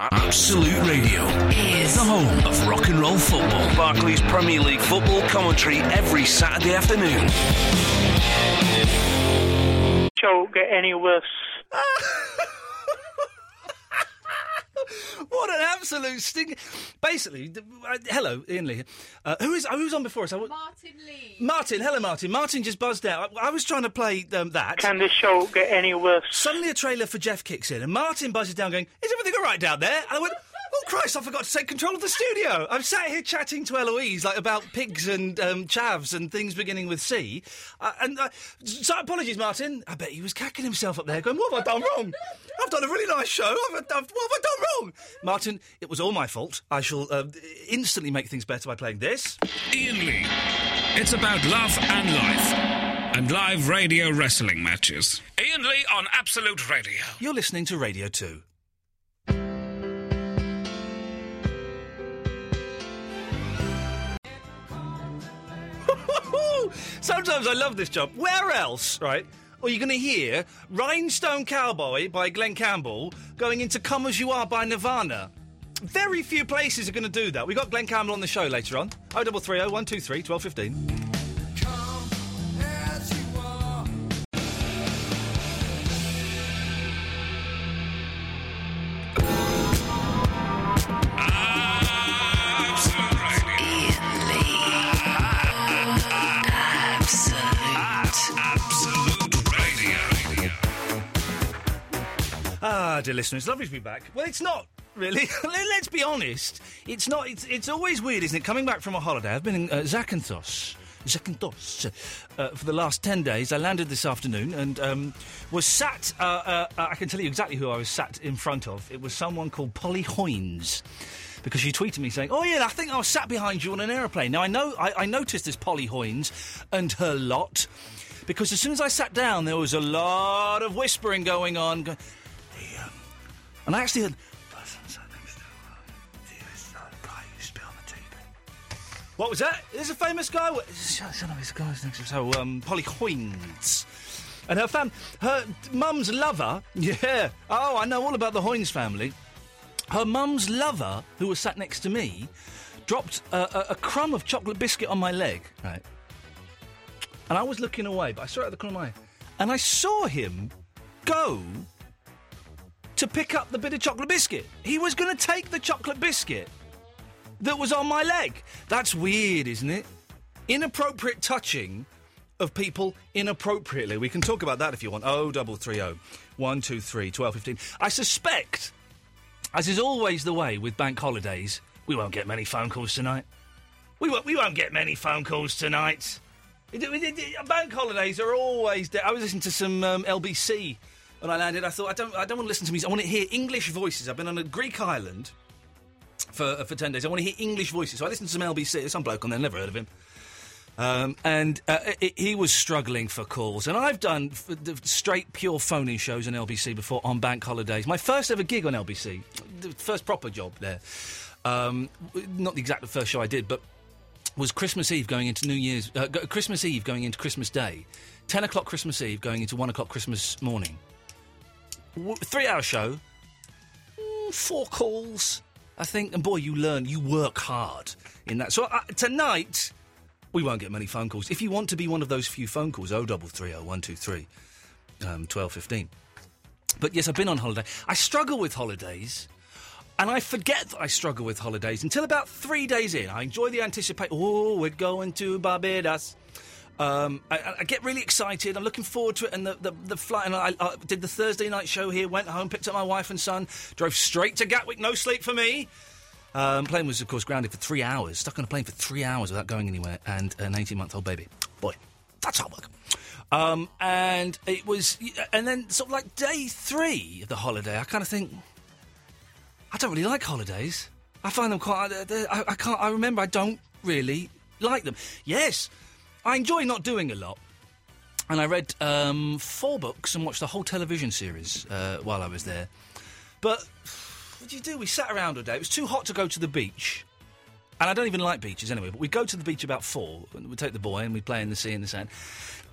Absolute Radio, is the home of rock and roll football. Barclays Premier League football commentary every Saturday afternoon. show get any worse. What an absolute sting! Basically, th- uh, hello, Ian Lee. here. Uh, who is who was on before us? I wa- Martin Lee. Martin, hello, Martin. Martin just buzzed out. I, I was trying to play um, that. Can this show get any worse? Suddenly, a trailer for Jeff kicks in, and Martin buzzes down, going, "Is everything all right down there?" And I went, "Oh Christ, I forgot to take control of the studio." I'm sat here chatting to Eloise like about pigs and um, chavs and things beginning with C. Uh, and uh, so, apologies, Martin. I bet he was cacking himself up there, going, "What have I done wrong? I've done a really nice show. I've, I've, what have I done wrong?" Martin, it was all my fault. I shall uh, instantly make things better by playing this. Ian Lee. It's about love and life and live radio wrestling matches. Ian Lee on Absolute Radio. You're listening to Radio Two. Sometimes I love this job. Where else, right? Are you going to hear Rhinestone Cowboy by Glenn Campbell going into Come As You Are by Nirvana? Very few places are going to do that. We've got Glenn Campbell on the show later on. Oh, 0330 123 1215. Absolute Radio. Ian Lee. Absolute. Absolute Radio. Ah, dear listeners, lovely to be back. Well, it's not really. Let's be honest. It's not. It's, it's always weird, isn't it? Coming back from a holiday. I've been in uh, Zakynthos. Zakynthos uh, for the last ten days. I landed this afternoon and um, was sat. Uh, uh, I can tell you exactly who I was sat in front of. It was someone called Polly Hoynes. Because she tweeted me saying, "Oh yeah, I think I was sat behind you on an aeroplane." Now I know I, I noticed this Polly Hoynes and her lot, because as soon as I sat down, there was a lot of whispering going on. Going, and I actually heard. What was that? There's a famous guy. wa- Son of his guy's next to so um, Polly Hoynes. And her fam, her mum's lover. Yeah. Oh, I know all about the Hoynes family. Her mum's lover, who was sat next to me, dropped a, a, a crumb of chocolate biscuit on my leg. Right. And I was looking away, but I saw it at the corner of my eye, and I saw him go to pick up the bit of chocolate biscuit. He was going to take the chocolate biscuit that was on my leg. That's weird, isn't it? Inappropriate touching of people inappropriately. We can talk about that if you want. Oh, double three oh, one two three twelve fifteen. I suspect, as is always the way with bank holidays, we won't get many phone calls tonight. We won't, we won't get many phone calls tonight. It- it- it- it- Bank holidays are always. There. I was listening to some um, LBC when I landed. I thought I don't. I don't want to listen to music. I want to hear English voices. I've been on a Greek island for uh, for ten days. I want to hear English voices. So I listened to some LBC. There's some bloke on there. Never heard of him. Um, and uh, it, he was struggling for calls. And I've done f- the straight, pure phone in shows on LBC before on bank holidays. My first ever gig on LBC, the first proper job there. Um, w- not the exact first show I did, but was Christmas Eve going into New Year's, uh, go- Christmas Eve going into Christmas Day, 10 o'clock Christmas Eve going into 1 o'clock Christmas morning. W- three hour show, mm, four calls, I think. And boy, you learn, you work hard in that. So uh, tonight, we won't get many phone calls. If you want to be one of those few phone calls, oh, 0330 123 um, 1215. But yes, I've been on holiday. I struggle with holidays. And I forget that I struggle with holidays until about three days in. I enjoy the anticipation. Oh, we're going to Barbados. Um, I- I, I get really excited. I'm looking forward to it. And the, the, the flight, and I, I did the Thursday night show here, went home, picked up my wife and son, drove straight to Gatwick. No sleep for me. Um, plane was, of course, grounded for three hours. Stuck on a plane for three hours without going anywhere, and an 18-month-old baby. Boy, that's hard work. Um, and it was, and then sort of like day three of the holiday, I kind of think, I don't really like holidays. I find them quite. I, I, I can't. I remember I don't really like them. Yes, I enjoy not doing a lot. And I read um, four books and watched the whole television series uh, while I was there. But what do you do? We sat around all day. It was too hot to go to the beach. And I don't even like beaches anyway, but we'd go to the beach about four. And we'd take the boy and we'd play in the sea and the sand.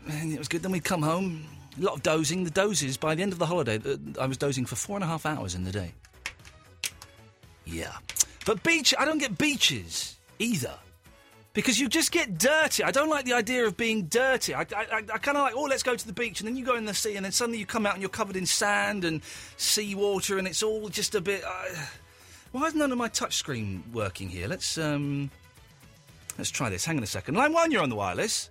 And it was good. Then we'd come home. A lot of dozing. The dozes, by the end of the holiday, uh, I was dozing for four and a half hours in the day. Yeah. But beach, I don't get beaches either. Because you just get dirty. I don't like the idea of being dirty. I, I, I kind of like, oh, let's go to the beach. And then you go in the sea, and then suddenly you come out and you're covered in sand and seawater, and it's all just a bit. Uh, why is none of my touchscreen working here? Let's um, let's try this. Hang on a second. Line one, you're on the wireless.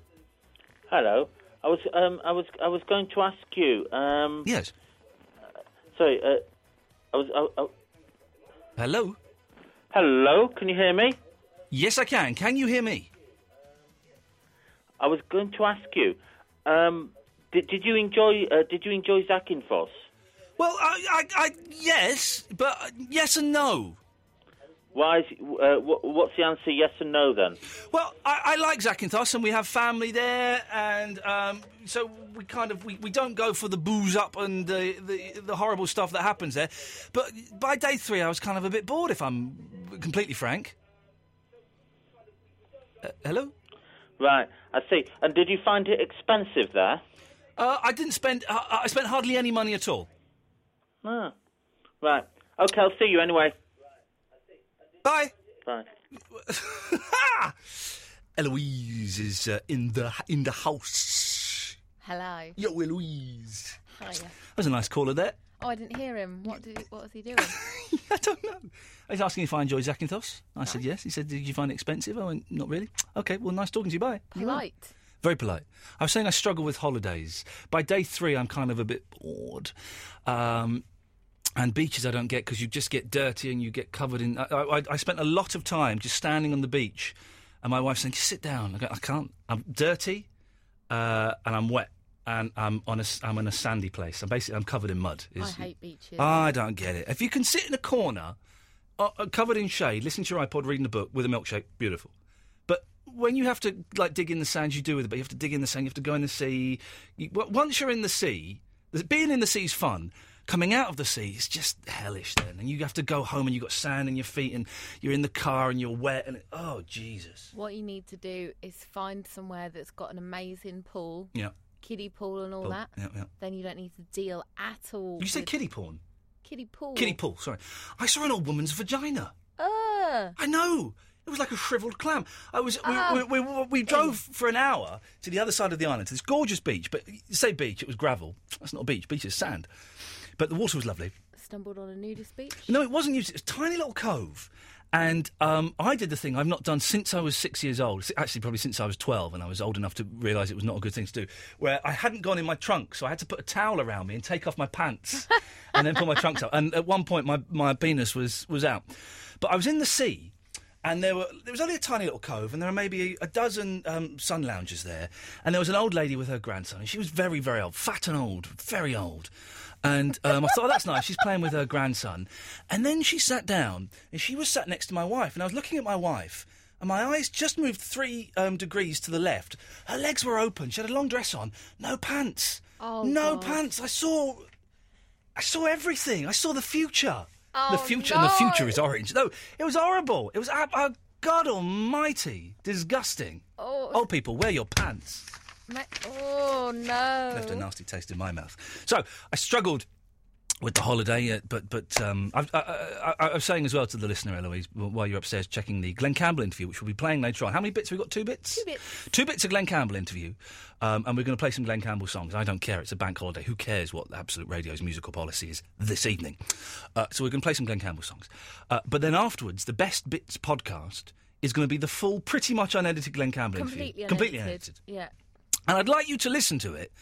Hello. I was um, I was I was going to ask you. Um, yes. Sorry. Uh, I was. I, I, Hello. Hello. Can you hear me? Yes, I can. Can you hear me? I was going to ask you. Um, did, did you enjoy uh, Did you enjoy Zach Infos? Well, I, I, I yes, but uh, yes and no. Why? Is, uh, wh- what's the answer? Yes and no. Then. Well, I, I like Zakynthos, and we have family there, and um, so we kind of we, we don't go for the booze up and the, the the horrible stuff that happens there. But by day three, I was kind of a bit bored, if I'm completely frank. Uh, hello. Right. I see. And did you find it expensive there? Uh, I didn't spend. Uh, I spent hardly any money at all. Ah. Right. Okay. I'll see you anyway. Bye. Bye. Eloise is uh, in the in the house. Hello. Yo, Eloise. Hiya. That was a nice caller there. Oh, I didn't hear him. What did? What was he doing? He's asking if I enjoy Zakynthos. I said yes. He said, "Did you find it expensive?" I went, "Not really." Okay, well, nice talking to you. Bye. You are. Polite. Very polite. I was saying I struggle with holidays. By day three, I'm kind of a bit bored. Um, and beaches I don't get because you just get dirty and you get covered in. I, I, I spent a lot of time just standing on the beach, and my wife saying, "Just "Sit down." I go, "I can't. I'm dirty, uh, and I'm wet, and I'm on a s- I'm in a sandy place. I'm basically I'm covered in mud." I Is- hate beaches. I don't get it. If you can sit in a corner, uh, uh, covered in shade, listening to your iPod, reading a book with a milkshake, beautiful. But when you have to like dig in the sand, you do with it. But you have to dig in the sand. You have to go in the sea. You, w- once you're in the sea, th- being in the sea is fun. Coming out of the sea is just hellish. Then, and you have to go home, and you've got sand in your feet, and you're in the car, and you're wet, and it, oh Jesus, What you need to do is find somewhere that's got an amazing pool, yeah. kiddie pool, and all Pool. that. Yeah, yeah. Then you don't need to deal at all. You say with kiddie porn, kiddie pool. kiddie pool. Sorry, I saw an old woman's vagina. Ugh. I know. It was like a shriveled clam. I was. We, we, we, we drove for an hour to the other side of the island to this gorgeous beach. But you say beach, it was gravel. That's not a beach. Beach is sand. But the water was lovely. Stumbled on a nudist beach. No, it wasn't used. It was a tiny little cove. And um, I did the thing I've not done since I was six years old. S- Actually, probably since I was 12, and I was old enough to realise it was not a good thing to do. Where I hadn't gone in my trunk, so I had to put a towel around me and take off my pants and then put my trunks up. And at one point, my, my penis was, was out. But I was in the sea, and there were there was only a tiny little cove, and there were maybe a dozen um, sun lounges there. And there was an old lady with her grandson, and she was very, very old, fat and old, very old. And um, I thought, oh, that's nice. She's playing with her grandson. And then she sat down, and she was sat next to my wife, and I was looking at my wife. And my eyes just moved three um, degrees to the left. Her legs were open. She had a long dress on, no pants, Oh, no God. pants. I saw, I saw everything. I saw the future the Oh, future and the future no. is orange. No, it was horrible. It was ab- uh, God Almighty, disgusting. Oh. Old people, wear your pants. Ma- oh no. Left a nasty taste in my mouth. So I struggled with the holiday, uh, but but um, I've, I, I, I, I was saying as well to the listener, Eloise, w- while you're upstairs checking the Glenn Campbell interview, which we'll be playing later on. How many bits have we got? Two bits. Two bits. Two bits of Glenn Campbell interview, um, and we're going to play some Glenn Campbell songs. I don't care; it's a bank holiday. Who cares what Absolute Radio's musical policy is this evening? Uh, so we're going to play some Glenn Campbell songs, uh, but then afterwards, the Best Bits podcast is going to be the full, pretty much unedited Glenn Campbell Completely interview. unedited. Completely unedited, Yeah. and I'd like you to listen to it.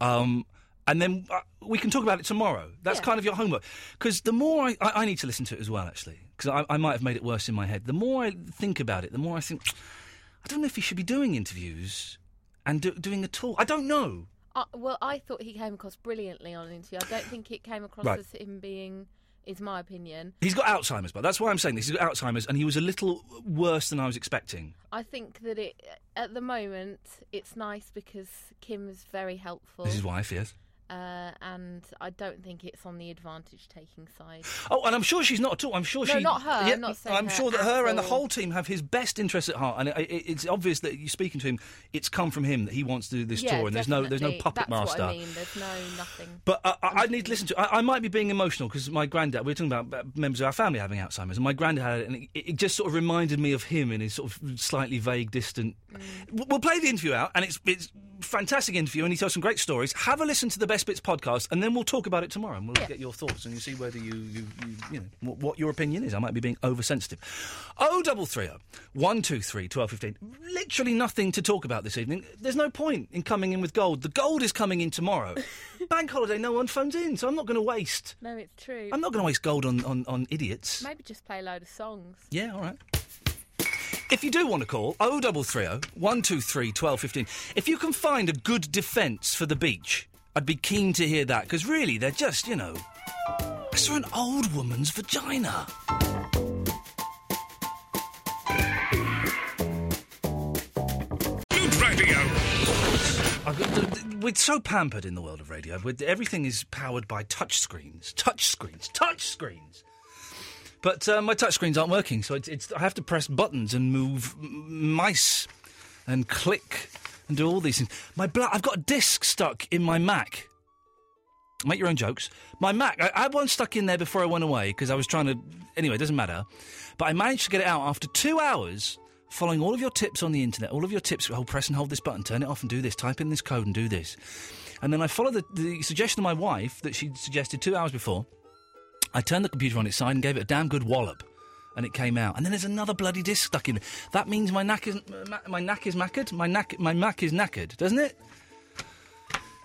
Um, and then uh, we can talk about it tomorrow. That's Yeah. kind of your homework. Because the more I, I, I need to listen to it as well, actually, because I, I might have made it worse in my head. The more I think about it, the more I think, I don't know if he should be doing interviews and do, doing a tour. I don't know. Uh, well, I thought he came across brilliantly on an interview. I don't think it came across Right. as him being is my opinion. He's got Alzheimer's, but that's why I'm saying this. He's got Alzheimer's, and he was a little worse than I was expecting. I think that it at the moment it's nice because Kim is very helpful. This is wife, yes. Uh, and I don't think it's on the advantage taking side. Oh, and I'm sure she's not at all. I'm sure No, she. not her. I'm not saying I'm her sure that at her and the all. whole team have his best interests at heart, and it, it, it's obvious that you speaking to him, it's come from him that he wants to do this Yeah, tour, and there's no there's no definitely. puppet That's master. What I mean. There's no nothing. But I, I, I need to listen to. I, I might be being emotional because my granddad. We were talking about uh, members of our family having Alzheimer's, and my granddad had it, and it, it just sort of reminded me of him in his sort of slightly vague, distant. W- We'll play the interview out, and it's it's fantastic interview, and he tells some great stories. Have a listen to the Best Bits podcast, and then we'll talk about it tomorrow, and we'll get your thoughts, and you see whether you you you, you know what, what your opinion is. I might be being oversensitive. O double three O one two three twelve fifteen. Literally nothing to talk about this evening. There's no point in coming in with gold. The gold is coming in tomorrow. Bank holiday, no one phones in, so I'm not going to waste. No, it's true. I'm not going to waste gold on, on, on idiots. Maybe just play a load of songs. Yeah, all right. If you do want to call, 0330 123 1215. If you can find a good defence for the beach, I'd be keen to hear that, because really, they're just, you know. I saw an old woman's vagina. Absolute Radio. I've got- th- th- We're so pampered in the world of radio. We're- Everything is powered by touch screens. Touch screens. Touch screens. But uh, my touch screens aren't working, so it's, it's, I have to press buttons and move m- mice and click and do all these things. My bla- I've got a disc stuck in my Mac. Make your own jokes. My Mac, I, I had one stuck in there before I went away because I was trying to. Anyway, it doesn't matter. But I managed to get it out after two hours following all of your tips on the internet, all of your tips. Oh, press and hold this button, turn it off and do this, type in this code and do this. And then I followed the, the suggestion of my wife that she'd suggested two hours before. I turned the computer on its side and gave it a damn good wallop. And it came out, and then there's another bloody disc stuck in. there. That means my knack is my, my knack is knackered. My knack, my Mac is knackered, doesn't it?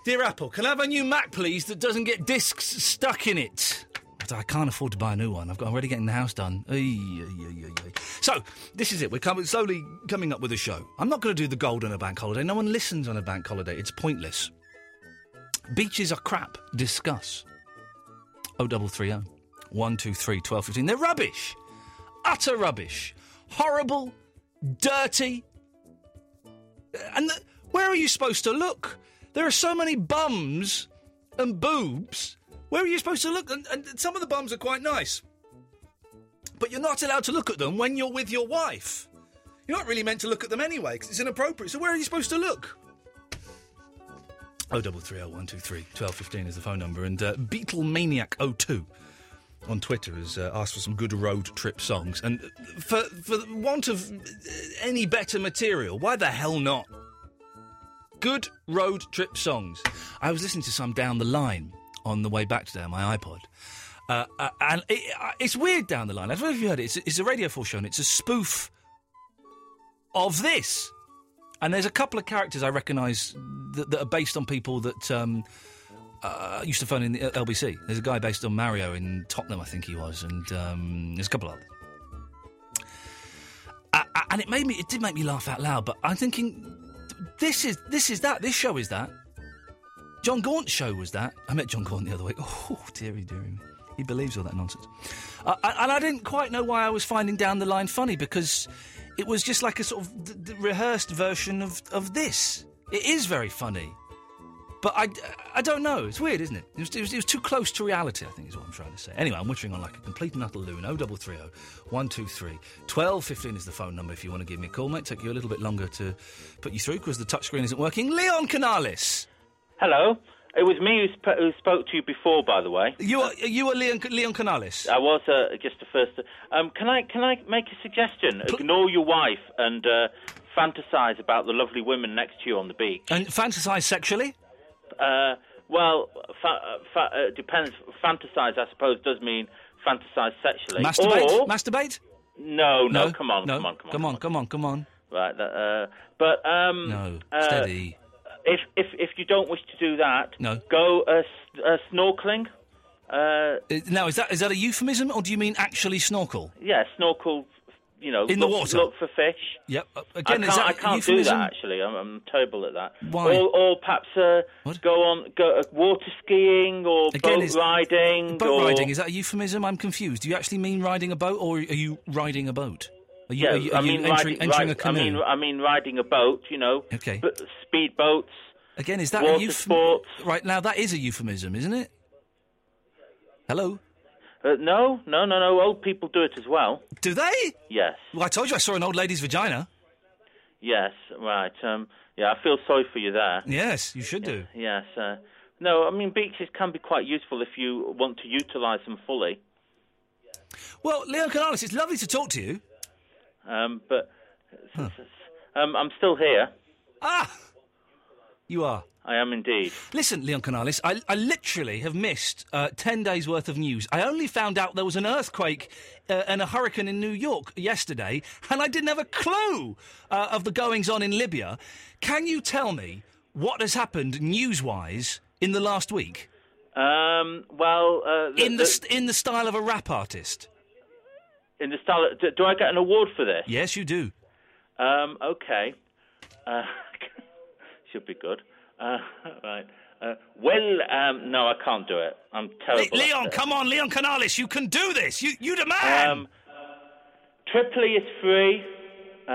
Dear Apple, can I have a new Mac, please, that doesn't get discs stuck in it? But I can't afford to buy a new one. I've got, I'm already getting the house done. Ay, ay, ay, ay, ay. So, this is it. We're coming, slowly coming up with a show. I'm not going to do the gold on a bank holiday. No one listens on a bank holiday. It's pointless. Beaches are crap. Discuss. Oh, 0330 123 1215. They're rubbish. Utter rubbish. Horrible. Dirty. And th- where are you supposed to look? There are so many bums and boobs. Where are you supposed to look? And, and some of the bums are quite nice. But you're not allowed to look at them when you're with your wife. You're not really meant to look at them anyway because it's inappropriate. So where are you supposed to look? Oh, double three oh one two three twelve fifteen is the phone number, and uh, Beatlemaniac02 on Twitter has uh, asked for some good road trip songs, and uh, for for the want of uh, any better material, why the hell not? Good road trip songs. I was listening to some down the line on the way back today on my iPod. Uh, uh, and it, uh, it's weird down the line. I don't know if you heard it. It's, it's a Radio 4 show and it's a spoof of this. And there's a couple of characters I recognise that, that are based on people that um, uh, used to phone in the L- LBC. There's a guy based on Mario in Tottenham, I think he was, and um, there's a couple others. Uh, uh, and it made me, it did make me laugh out loud. But I'm thinking, this is this is that. This show is that. John Gaunt's show was that. I met John Gaunt the other week. Oh, dearie, dearie me. He believes all that nonsense. Uh, I- and I didn't quite know why I was finding down the line funny because it was just like a sort of d- d- rehearsed version of, of this. It is very funny. But I, I don't know. It's weird, isn't it? It was, it, was, it was too close to reality, I think is what I'm trying to say. Anyway, I'm wittering on like a complete and utter loon. Oh, 0330 123 1215 is the phone number if you want to give me a call. Might take you a little bit longer to put you through because the touchscreen isn't working. Leon Canalis. Hello. It was me who, sp- who spoke to you before, by the way. You are, you are Leon, Leon Canalis. I was uh, just the first. Um, can I can I make a suggestion? Ignore your wife and uh, fantasize about the lovely women next to you on the beach. And fantasise sexually? Uh, well, fa- uh, fa- uh, depends. Fantasize, I suppose, does mean fantasize sexually. Masturbate? Or, Masturbate? no, no, come on, no. come on, come on, Come on, come on, come on. Right, that, uh, but um, No, uh, steady. If if if you don't wish to do that, No. go uh, s- uh, snorkeling. Uh, Uh, Now, is that is that a euphemism or do you mean actually snorkel? yeah, snorkel. you know, In the look, water? look for fish. Yep. Uh, Again, I is can't, that I a can't do euphemism? that actually. I'm, I'm terrible at that. Why? Or, or perhaps uh, What? go on go uh, water skiing or Again, boat is- riding. Boat or, riding is that a euphemism? I'm confused. Do you actually mean riding a boat, or are you riding a boat? Are you, yeah, are you, I are you mean entering, riding, entering a ri- canoe? I mean, I mean riding a boat. You know, Okay. but speed boats. Again, is that a water euphemism? sports. Right now, that is a euphemism, isn't it? Hello. Uh, no, no, no, no. Old people do it as well. Do they? Yes, Well, I told you I saw an old lady's vagina. yes, right. Um, yeah, I feel sorry for you there. Yes, you should do. Yes. Uh, no, I mean beaches can be quite useful if you want to utilise them fully. Well, Leon Canalis, it's lovely to talk to you. Um, but um, I'm still here. Ah, you are. I am indeed. Listen, Leon Canalis, I, I literally have missed uh, 10 days' worth of news. I only found out there was an earthquake uh, and a hurricane in New York yesterday, and I didn't have a clue uh, of the goings on in Libya. Can you tell me what has happened news wise in the last week? Um, well, uh, in, the, st- in the style of a rap artist? in the style. Do, do I get an award for this? Yes, you do. Um, okay. Uh, should be good. Uh, right. Uh, well, um, no, I can't do it. I'm terrible. Le- Leon, come on, Leon Canalis, you can do this. You, you the man. Um, Tripoli is free. Uh,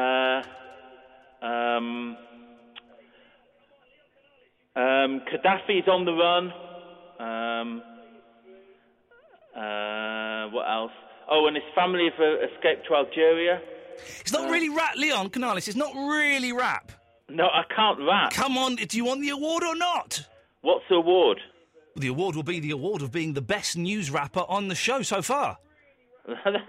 um, um, Gaddafi's on the run. Um, uh, what else? Oh, and his family have uh, escaped to Algeria. it's not really rap, Leon Canalis. It's not really rap. No, I can't rap. Come on, do you want the award or not? What's the award? The award will be the award of being the best news rapper on the show so far. that's,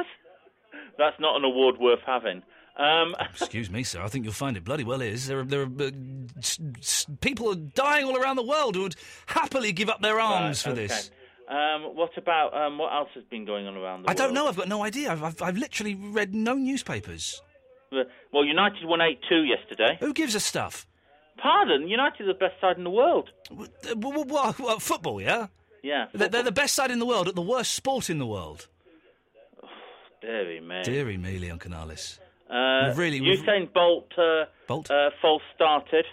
that's not an award worth having. Um, Excuse me, sir. I think you'll find it bloody well is. There are, there are uh, s- s- people are dying all around the world who would happily give up their arms for okay. this. Um, what about um, what else has been going on around the I don't world? know. I've got no idea. I've, I've, I've literally read no newspapers. Well, United won 8 2 yesterday. Who gives a stuff? Pardon, United are the best side in the world. What, what, what, what, football, yeah? Yeah. They're, they're the best side in the world at the worst sport in the world. Deary me. Deary me, Leon Canalis. Uh, We've really- we've- Usain Bolt, uh, Bolt? Uh, false started.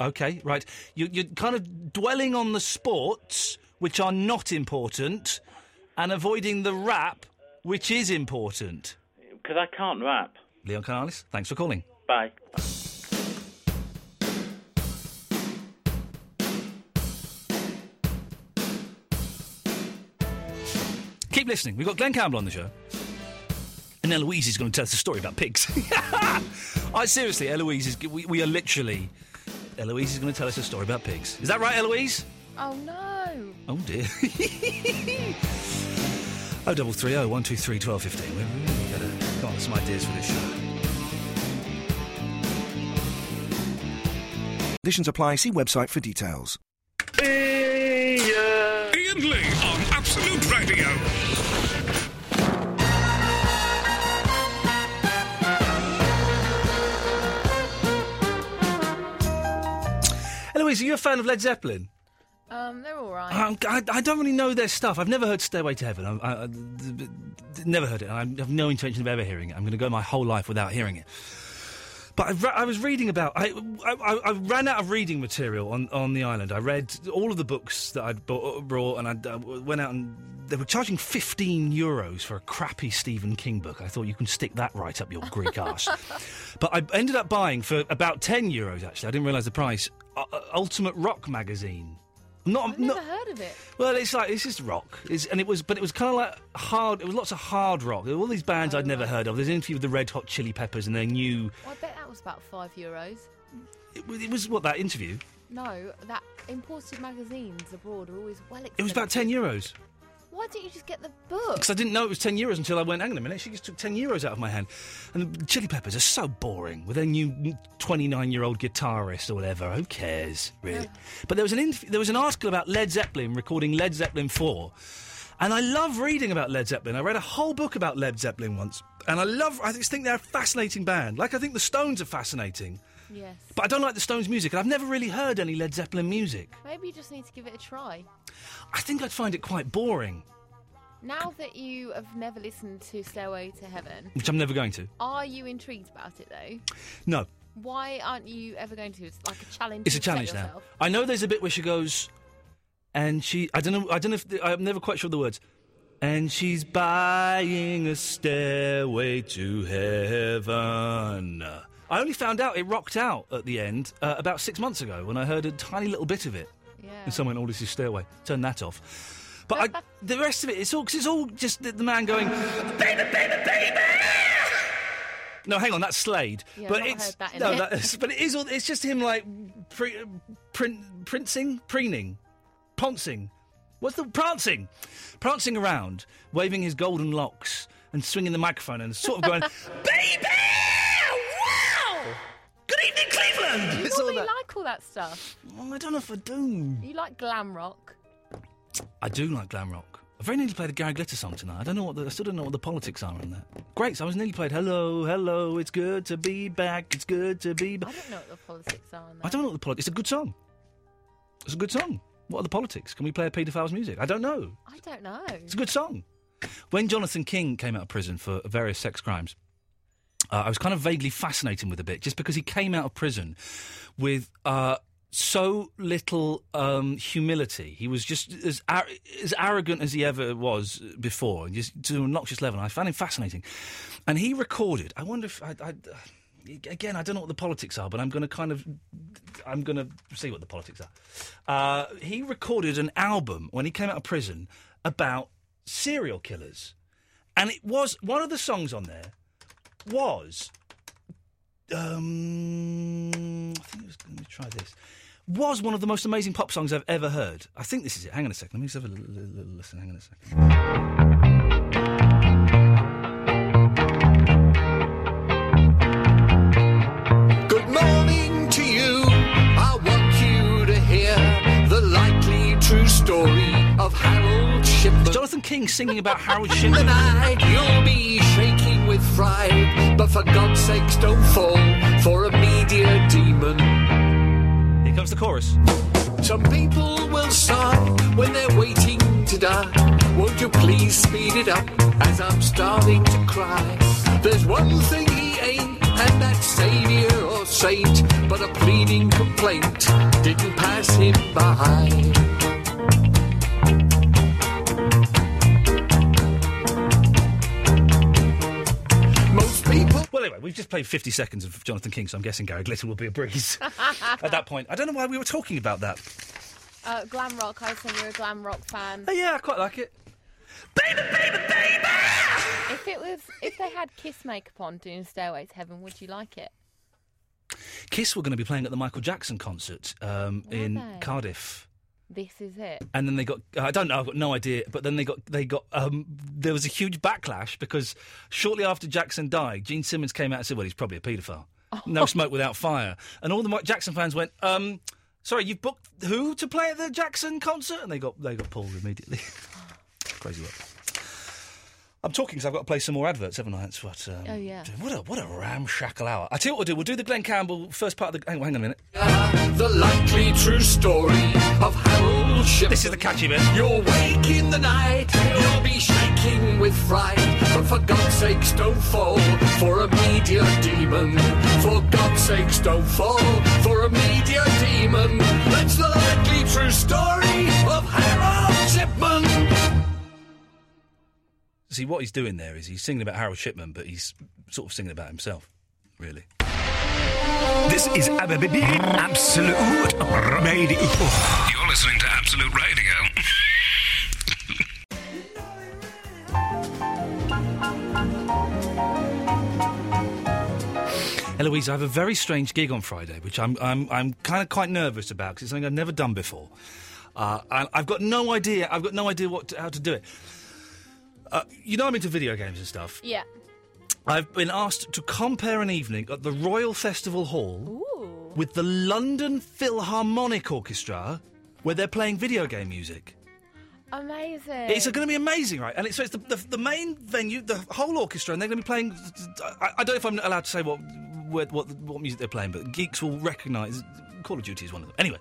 Okay, right. You, you're kind of dwelling on the sports, which are not important, and avoiding the rap, which is important. Because I can't rap. Leon Canalis, thanks for calling. Bye. Keep listening. We've got Glenn Campbell on the show. And Eloise is going to tell us a story about pigs. I seriously, Eloise is. We, we are literally. Eloise is going to tell us a story about pigs. Is that right, Eloise? Oh no! Oh dear. Oh double three oh one two three twelve fifteen. We've really got to come up with some ideas for this show. Conditions apply. See website for details. Ian Lee on Absolute Radio. Eloise, are you a fan of Led Zeppelin? Um, they're all right. Um, I, I don't really know their stuff. I've never heard "Stairway to Heaven." I, I, I- th- th- th- never heard it. and I have no intention of ever hearing it. I'm going to go my whole life without hearing it. But I, re- I was reading about. I, I, I- I ran out of reading material on, on the island. I read all of the books that I'd bought, brought, and I uh, went out and they were charging 15 euros for a crappy Stephen King book. I thought you can stick that right up your Greek arse. But I ended up buying for about 10 euros. Actually, I didn't realise the price. Uh, uh, Ultimate Rock magazine. I'm Not, I've not, never heard of it. well, it's like it's just rock, it's, and it was, but it was kind of like hard. It was lots of hard rock. There were all these bands Oh, I'd never heard of. There's an interview with the Red Hot Chili Peppers, and their new. Well, I bet that was about five euros. It, was- it was what that interview. No, that imported magazines abroad are always well expensive. It was about ten euros Why don't you just get the book? because I didn't know it was ten euros until I went. Hang on a minute, she just took ten euros out of my hand. And the Chili Peppers are so boring with their new twenty-nine-year-old guitarist or whatever. Who cares really? But there was an interview, there was an article about Led Zeppelin recording Led Zeppelin four. And I love reading about Led Zeppelin. I read a whole book about Led Zeppelin once, and I love. I just think they're a fascinating band. Like I think the Stones are fascinating, Yes. but I don't like the Stones' music, and I've never really heard any Led Zeppelin music. Maybe you just need to give it a try. I think I'd find it quite boring. Now that you have never listened to Stairway to Heaven, Which I'm never going to. are you intrigued about it though? No, Why aren't you ever going to? It's like a challenge. it's a you've set challenge now. yourself. I know there's a bit where she goes, and she. I don't know. I don't know if the, I'm never quite sure of the words. And she's buying a stairway to heaven. I only found out it rocked out at the end uh, about six months ago when I heard a tiny little bit of it. Yeah. And someone, oh, this is stairway. Turn that off. But I, the rest of it, it's all because it's all just the, the man going, baby, baby, baby. No, hang on, that's Slade. Yeah, but I've not it's heard that in no, it. that's- but it is all. It's just him like pre, print, prancing, preening, pouncing. What's the prancing? Prancing around, waving his golden locks and swinging the microphone and sort of going, baby, wow, good evening, Cleveland. You It's all normally that. like all that stuff. Well, I don't know if I do. You like glam rock. I do like glam rock. I very nearly played a Gary Glitter song tonight. I don't know what the, I still don't know what the politics are in that. Great, so I was nearly played "Hello, Hello, It's Good to Be Back, It's Good to Be Back." I don't know what the politics are on that. I don't know what the politics. It's a good song. It's a good song. What are the politics? Can we play a paedophile's music? I don't know. I don't know. It's a good song. When Jonathan King came out of prison for various sex crimes, uh, I was kind of vaguely fascinated with a bit, just because he came out of prison with uh, so little um, humility. He was just as ar- as arrogant as he ever was before, and just to an obnoxious level. And I found him fascinating. And he recorded. I wonder if I. I Again, I don't know what the politics are, but I'm going to kind of, I'm going to see what the politics are. Uh, he recorded an album when he came out of prison about serial killers, and it was one of the songs on there was um, I think it was. Let me try this. Was one of the most amazing pop songs I've ever heard. I think this is it. Hang on a second. Let me just have a little, little, little listen. Hang on a second. Good morning to you. I want you to hear the likely true story of Harold Shipman. Jonathan King singing about Harold Shipman. Tonight you'll be shaking with fright, but for God's sakes don't fall for a media demon. Here comes the chorus. Some people will sigh when they're waiting to die. Won't you please speed it up as I'm starting to cry? There's one thing he ain't, and that savior or saint, but a pleading complaint didn't pass him by. Most people. Well, anyway, we've just played 50 seconds of Jonathan King, so I'm guessing Gary Glitter will be a breeze at that point. I don't know why we were talking about that. Uh, glam rock. I assume you're a glam rock fan. Oh, yeah, I quite like it. If it was, if they had kiss makeup on doing Stairway to Heaven, would you like it? Kiss were going to be playing at the Michael Jackson concert um, in they? Cardiff. This is it. and then they got I don't know I've got no idea but then they got they got um, there was a huge backlash because shortly after Jackson died Gene Simmons came out and said well he's probably a paedophile Oh. no smoke without fire and all the Mike Jackson fans went um sorry you've booked who to play at the Jackson concert and they got they got pulled immediately crazy work I'm talking because I've got to play some more adverts haven't I that's what um, Oh, yeah. what a what a ramshackle hour I tell you what we'll do we'll do the Glenn Campbell first part of the hang, on- hang on a minute The likely true story of Harold Shipman. This is the catchy bit. You'll wake in the night, you'll be shaking with fright. But for God's sakes, don't fall for a media demon. For God's sakes, don't fall for a media demon. That's the likely true story of Harold Shipman. See, what he's doing there is he's singing about Harold Shipman, but he's sort of singing about himself, really. This is Absolute Radio. You're listening to Absolute Radio. Eloise, I have a very strange gig on Friday, which I'm, I'm, I'm kind of quite nervous about because it's something I've never done before. Uh, and I've got no idea. I've got no idea what to, how to do it. Uh, you know, I'm into video games and stuff. Yeah. I've been asked to compare an evening at the Royal Festival Hall Ooh. with the London Philharmonic Orchestra, where they're playing video game music. Amazing. It's going to be amazing, right? And it's, so it's the, the, the main venue, the whole orchestra, and they're going to be playing. I, I don't know if I'm allowed to say what, what what what music they're playing, but geeks will recognise. Call of Duty is one of them. Anyway,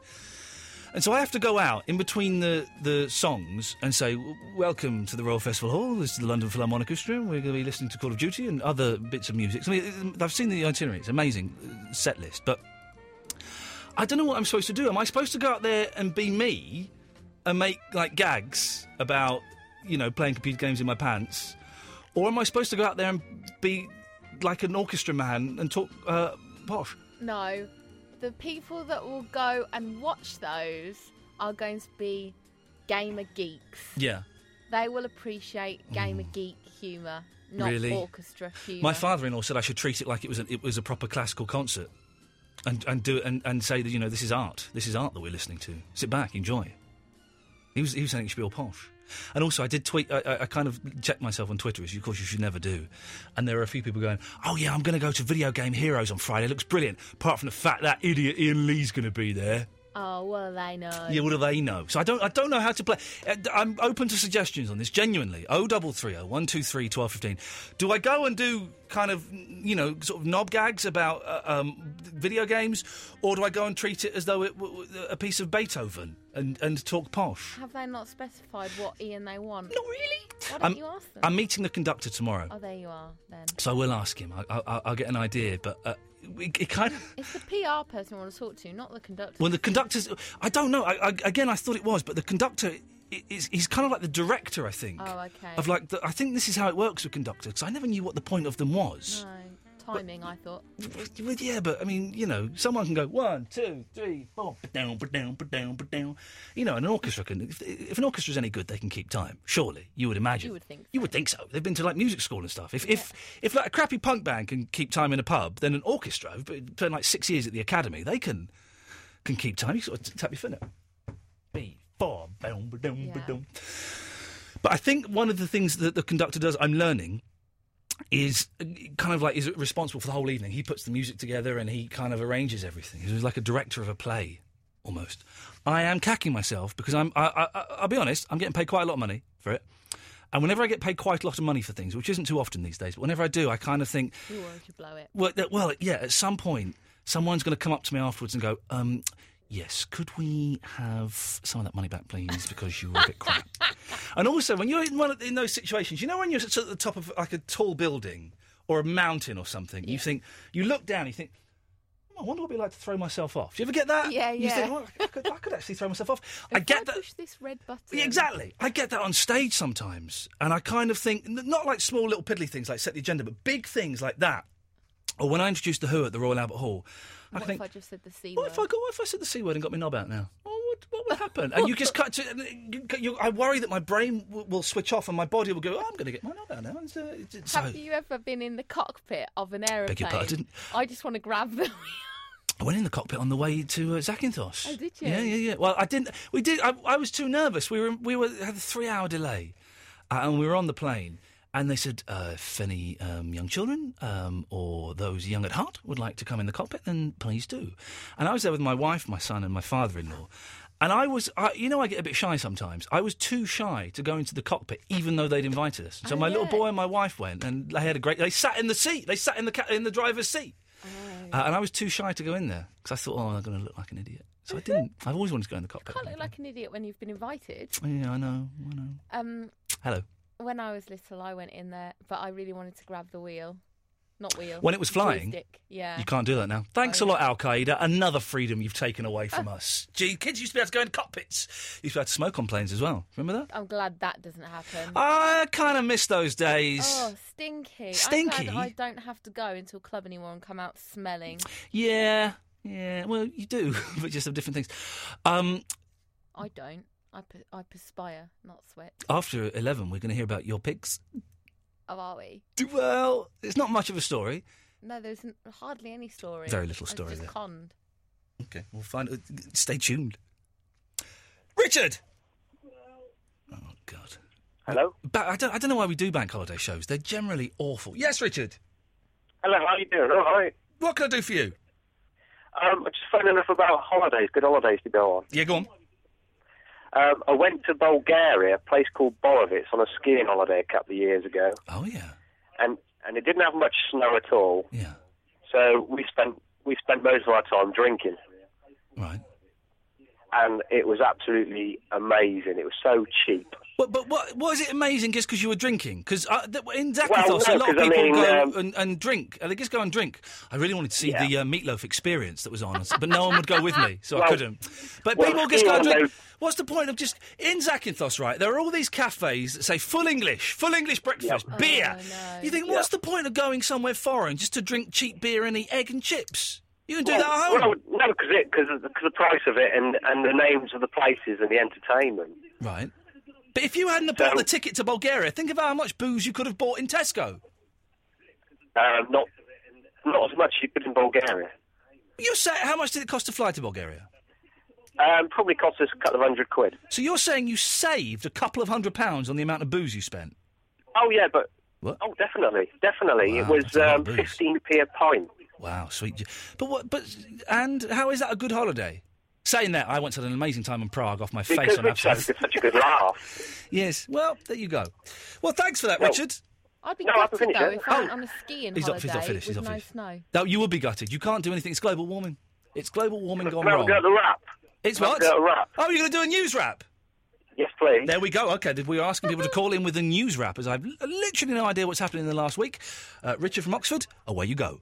And so I have to go out in between the, the songs and say, "W- Welcome to the Royal Festival Hall. This is the London Philharmonic Orchestra. We're going to be listening to Call of Duty and other bits of music. So, I mean, I've seen the itinerary. It's amazing uh, set list. But I don't know what I'm supposed to do. Am I supposed to go out there and be me and make like gags about, you know, playing computer games in my pants? Or am I supposed to go out there and be like an orchestra man and talk uh, posh? No, the people that will go and watch those are going to be gamer geeks. Yeah. They will appreciate gamer geek humour, not Mm. Really? orchestra humour. My father-in-law said I should treat it like it was an, it was a proper classical concert, and and do it and, and say that you know this is art. This is art that we're listening to. Sit back, enjoy. He was he was saying it should be all posh, and also I did tweet. I, I, I kind of checked myself on Twitter, which of course you should never do. And there are a few people going, "Oh yeah, I'm going to go to Video Game Heroes on Friday. looks brilliant." Apart from the fact that idiot Ian Lee's going to be there. Oh, well, they know. Yeah, what do they know? So I don't, I don't know how to play. Uh, d- I'm open to suggestions on this. Genuinely, oh double three oh one two three twelve fifteen. Do I go and do kind of, you know, sort of knob gags about uh, um, video games, or do I go and treat it as though it w- w- a piece of Beethoven and and talk posh? Have they not specified what Ian they want? Not really. Why don't I'm, you ask them? I'm meeting the conductor tomorrow, Oh, there you are. Then so I will ask him. I, I, I'll- I'll get an idea, but uh, it, it kind of. it's the PR person I want to talk to, not the conductor. Well, the conductor's. I don't know. I, I, again, I thought it was, but the conductor i- is he's kind of like the director, I think. Oh, okay. Of like, the, I think this is how it works with conductors. 'cause I never knew what the point of them was. No, timing. I thought. Well, yeah, but I mean, you know, someone can go one, two, three, four, but down, but down, but down, but down. You know, and an orchestra can. If, if an orchestra's any good, they can keep time. Surely, you would imagine. You would think You would think so. They've been to like music school and stuff. If if if like a crappy punk band can keep time in a pub, then an orchestra, who've been playing like six years at the academy, they can can keep time. You sort of t- tap your foot. in it. Beat four, boom, ba-dum, ba-dum. But I think one of the things that the conductor does, I'm learning, is uh, kind of like is responsible for the whole evening. He puts the music together and he kind of arranges everything. He's like a director of a play, almost. I am cacking myself because I'm. I, I, I'll be honest. I'm getting paid quite a lot of money for it, and whenever I get paid quite a lot of money for things, which isn't too often these days, but whenever I do, I kind of think, You wanted to blow it. well, that- well, yeah. At some point, someone's going to come up to me afterwards and go, um, "Yes, could we have some of that money back, please? Because you were a bit crap." and also, when you're in one of, in those situations, you know, when you're s- at the top of like a tall building or a mountain or something, you think you look down, you think. "Hmm, I wonder what it'd be like to throw myself off. Do you ever get that? Yeah, You think, yeah. "Well, I, could, I could actually throw myself off. I get that. Push this red button. Yeah, exactly. I get that on stage sometimes, and I kind of think n- not like small little piddly things like set the agenda, but big things like that. Or when I introduced the Who at the Royal Albert Hall, I What think, if I just said the C what word? if I go? What if I said the c word and got my knob out now? What would, what would happen? And you just cut to. and You, you, I worry that my brain will, will switch off and my body will go. Oh, I'm going to get my knob out now. And so, uh, so- Have you ever been in the cockpit of an aeroplane? Beg your pardon? I just want to grab them. I went in the cockpit on the way to uh, Zakynthos. Oh, did you? Yeah, yeah, yeah. Well, I didn't. We did. I, I was too nervous. We were we were had a three hour delay, uh, and we were on the plane. And they said, uh, if any um, young children um, or those young at heart would like to come in the cockpit, then please do. And I was there with my wife, my son, and my father-in-law. And I was, I, you know, I get a bit shy sometimes. I was too shy to go into the cockpit, even though they'd invited us. Oh, So my little boy and my wife went, and they had a great. They sat in the seat. They sat in the ca- in the driver's seat. Uh, and I was too shy to go in there because I thought, oh, I'm going to look like an idiot. So I didn't. I've always wanted to go in the cockpit. Can't look like an idiot when you've been invited. Yeah, I know. I know. Um, Hello. when I was little, I went in there, but I really wanted to grab the wheel, not wheel. When it was flying, joystick. yeah. Oh, You can't do that now. Thanks a lot, Al Qaeda. Another freedom you've taken away from us. Gee, kids used to be able to go in cockpits. Used to be able to smoke on planes as well. Remember that? I'm glad that doesn't happen. Ah, I kind of miss those days. Oh, stinky! I'm glad Stinky? I don't have to go into a club anymore and come out smelling. Yeah, yeah. Well, you do, but just of different things. Um, I don't. I per- I perspire, not sweat. after eleven, we're going to hear about your picks. Oh, are we? Well, it's not much of a story. No, there isn't hardly any story. Very I little was story Just there. conned. Okay, we'll find. Uh, stay tuned. Richard. Oh God. Hello. Ba- I don't. I don't know why we do bank holiday shows. They're generally awful. Yes, Richard. Hello, how you doing? All right. What can I do for you? Um, I'm just phoning up about holidays, good holidays to go on. Yeah, go on. Um, I went to Bulgaria, a place called Borovitz, on a skiing holiday a couple of years ago. Oh yeah. And and it didn't have much snow at all. Yeah. So we spent we spent most of our time drinking. Right. and it was absolutely amazing. It was so cheap. But, but what, was it amazing just because you were drinking? Because th- in Zakynthos, Well, a no, lot of 'cause I people mean, go um, and, and drink. Uh, They just go and drink. I really wanted to see the uh, meatloaf experience that was on us, but no one would go with me, so I Well- couldn't. But well, people just go and Ian, drink. What's the point of just in Zakynthos, right? There are all these cafes that say full English, full English breakfast, beer. You think what's the point of going somewhere foreign just to drink cheap beer and eat egg and chips? You can do that at home. Well, no, because it because the price of it and and the names of the places and the entertainment. Right. But if you hadn't have bought the ticket to Bulgaria, think of how much booze you could have bought in Tesco. Um, not not as much as you could in Bulgaria. You say how much did it cost to fly to Bulgaria? Um, probably cost us a couple of hundred quid. So you're saying you saved a couple of hundred pounds on the amount of booze you spent? Oh yeah, but What? oh definitely, definitely. Wow, it was um, fifteen p a pint. Wow, sweet. Je- But what? But and how is that a good holiday? Saying that, I once had an amazing time in Prague off my face Because on we just had Absinthe. such a good laugh. Yes. Well, there you go. Well, thanks for that, Well, Richard. I'd be No, I glad haven't finished to go yet. Oh! if I went on a skiing He's not- holiday he's not finished, he's with not no finished. snow. No, you would be gutted. You can't do anything. It's global warming. It's global warming gone Well, wrong. we've got the wrap. It's We've what? got the wrap. Oh, you're going to do a news wrap? Yes, please. There we go. Okay, we were asking people to call in with the news wrap, as I've l- literally no idea what's happening in the last week. Uh, Richard from Oxford, away you go.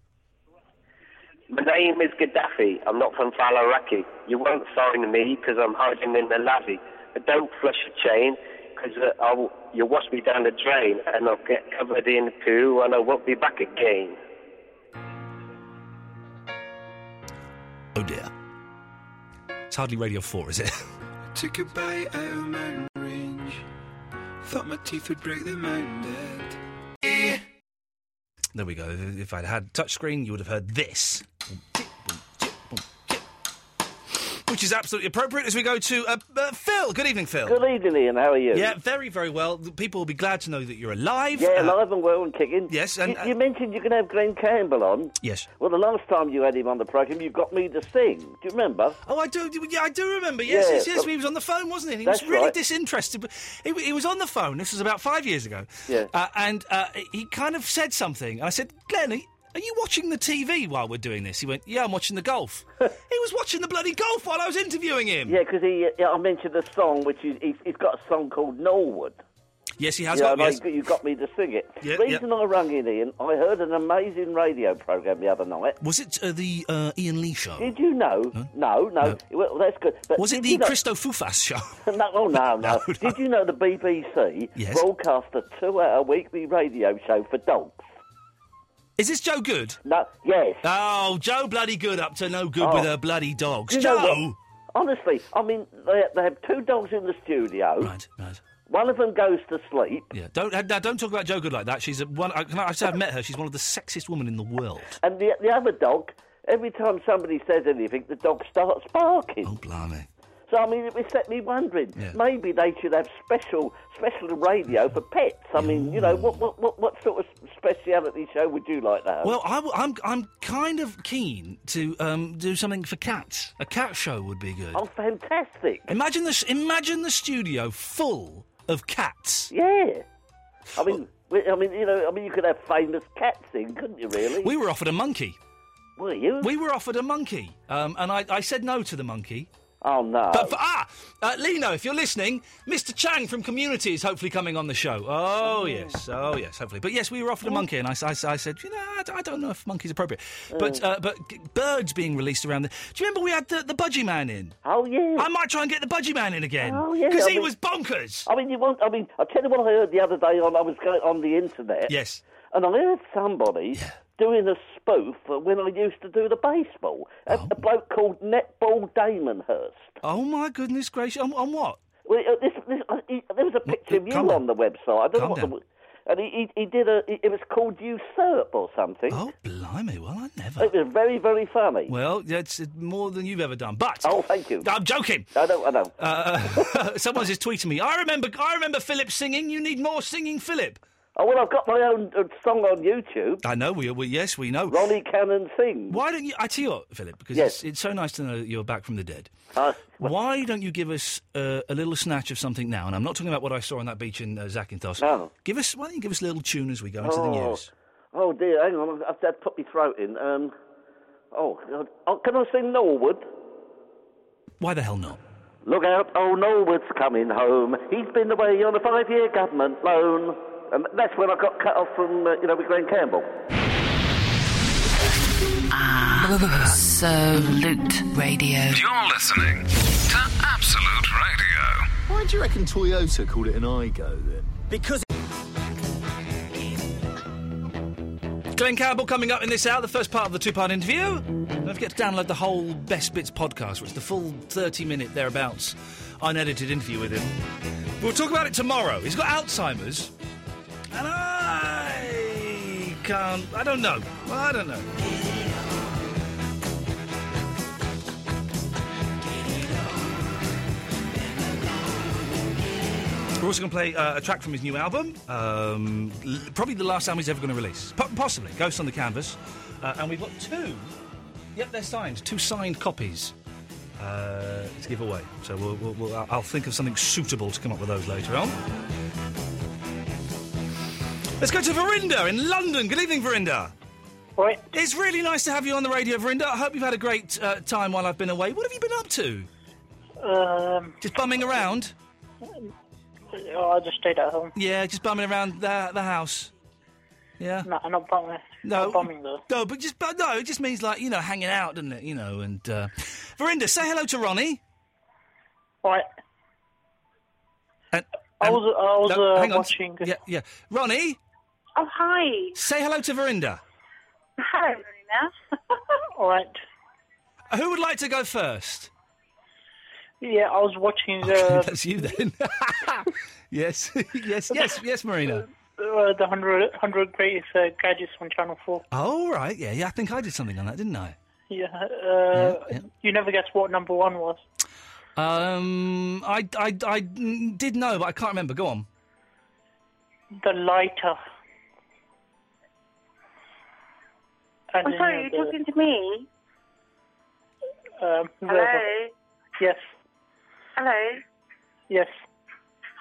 My name is Gaddafi. I'm not from Falaraki. You won't find me because I'm hiding in the lavvy. But don't flush a chain because uh, I'll- you'll wash me down the drain and I'll get covered in poo and I won't be back again. Oh dear. It's hardly Radio 4, is it? Took a bite out of mountain range. Thought my teeth would break the mountain dead. there we go. If I'd had touchscreen, you would have heard this. Which is absolutely appropriate as we go to uh, uh, Phil. Good evening, Phil. Good evening, Ian. How are you? Yeah, very, very well. The People will be glad to know that you're alive. Yeah, Uh, alive and well and kicking. Yes, and- uh, you, you mentioned you're going to have Graham Campbell on. Yes. Well, the last time you had him on the program, you got me to sing. Do you remember? Oh, I do. Yeah, I do remember. Yes, yes, yes. He was on the phone, wasn't he? And he was That's really right. disinterested. But he, he was on the phone. This was about five years ago. Yeah. Uh, and uh, he kind of said something. I said, Glenn, are you- are you watching the TV while we're doing this? He went, Yeah, I'm watching the golf. he was watching the bloody golf while I was interviewing him. Yeah, because he, uh, I mentioned a song which is, he's, he's got a song called Norwood. Yes, he has yeah, got and yes. I, you got me to sing it. Yeah, Reason I rung in, Ian, I heard an amazing radio program the other night. Was it uh, the uh, Ian Lee show? Did you know? No, no. Well, that's good. But Was it did the you know- Christo Fufas show? no, oh, no, no, Did you know the BBC Yes. broadcast a two-hour weekly radio show for dogs? Is this Joe Good? No. Yes. Oh, Joe bloody good up to no good Oh. with her bloody dogs. Do you know Joe. what? Honestly, I mean, they, they have two dogs in the studio. Right, right. One of them goes to sleep, Yeah, don't uh, now don't talk about Joe Good like that. She's a one. I, can I I say I've met her. She's one of the sexiest women in the world. and the, the other dog, every time somebody says anything, the dog starts barking. Oh, blimey. So, I mean, it was set me wondering. Yeah. Maybe they should have special special radio for pets. I mean, you know, what, what, what, what sort of speciality show would you like to have? Well, I, am I'm kind of keen to um, do something for cats. A cat show would be good. Oh, fantastic. Imagine this. Imagine the studio full of cats. Yeah. I mean, we- I mean, you know, I mean, you could have famous cats in, couldn't you, really? We were offered a monkey. Were you? We were offered a monkey, um, and I, I said no to the monkey. Oh no! But for, ah, uh, Lino, if you're listening, Mr. Chang from Community is hopefully coming on the show. Oh Mm. yes, oh yes, hopefully. But yes, we were offered a monkey, and I, s- I s- I said, you know, I, d- I don't know if monkey's appropriate. Mm. But uh, but g- birds being released around. The, do you remember we had the, the budgie man in? Oh yeah. I might try and get the budgie man in again. Oh, yeah, because I he mean- was bonkers. I mean, you want? I mean, I tell you what I heard the other day on. I was going on the internet. Yes. And I heard somebody doing a spoof of when I used to do the baseball. A, a bloke called Netball Damonhurst. Oh my goodness gracious! On, on what? Well, uh, this, this, uh, he, there was a picture of you calm on the website. I don't know Calm what down. the. And he, he, he did a. It was called Usurp or something. Oh, blimey! Well, I never. It was very, very funny. Well, that's uh, more than you've ever done. But oh, thank you. I'm joking. I know. I know. Uh, someone's just tweeting me. I remember. I remember Philip singing. You need more singing, Philip. Oh well, I've got my own uh, song on YouTube. I know. We, we yes, we know. Ronnie Cannon sings. Why don't you? I tell you what, Philip, because it's, it's so nice to know that you're back from the dead. Uh, Why don't you give us uh, a little snatch of something now? And I'm not talking about what I saw on that beach in uh, Zakynthos. No. Give us. Why don't you give us a little tune as we go into the Oh. news? Oh dear, hang on, I've, I've put my throat in. Um, oh, God. oh, can I sing Norwood? Why the hell not? Look out, old Norwood's coming home. He's been away on a five-year government loan. And that's when I got cut off from, uh, you know, with Graham Campbell. Absolute Radio. You're listening to Absolute Radio. Why do you reckon Toyota called it an iGo then? Because. Glenn Campbell coming up in this hour, the first part of the two part interview. Don't forget to download the whole Best Bits podcast, which is the full 30 minute thereabouts unedited interview with him. We'll talk about it tomorrow. He's got Alzheimer's, and I can't. I don't know. I don't know. We're also going to play uh, a track from his new album, um, l- probably the last album he's ever going to release. Po- possibly, Ghost on the Canvas. Uh, and we've got two, yep, they're signed, two signed copies uh, to give away. So we'll, we'll, we'll, I'll- I'll think of something suitable to come up with those later on. Let's go to Verinda in London. Good evening, Verinda. Right. It's really nice to have you on the radio, Verinda. I hope you've had a great uh, time while I've been away. What have you been up to? Um, Just bumming around? Oh, I just stayed at home. Yeah, just bumming around the, the house. Yeah. No, not bombing. No, Not bombing though. No, but just but no, it just means like you know, hanging out, doesn't it? You know, and uh, Verinda, say hello to Ronnie. Right. I was, I was No, uh, hang on. watching. Yeah, yeah. Ronnie. Oh hi. Say hello to Verinda. Hello, Marina. All right. Who would like to go first? Yeah, I was watching Okay, the Uh, That's you then. yes, yes, yes, yes, Marina. uh, the hundred hundred greatest uh, gadgets on Channel Four. Oh right, yeah, yeah. I think I did something on that, didn't I? Yeah. Uh, You never guess what number one was. Um, I, I, I did know, but I can't remember. Go on. The lighter. And I'm then, sorry, uh, you're the- talking to me. Um, the- Hello. Yes. Hello. Yes.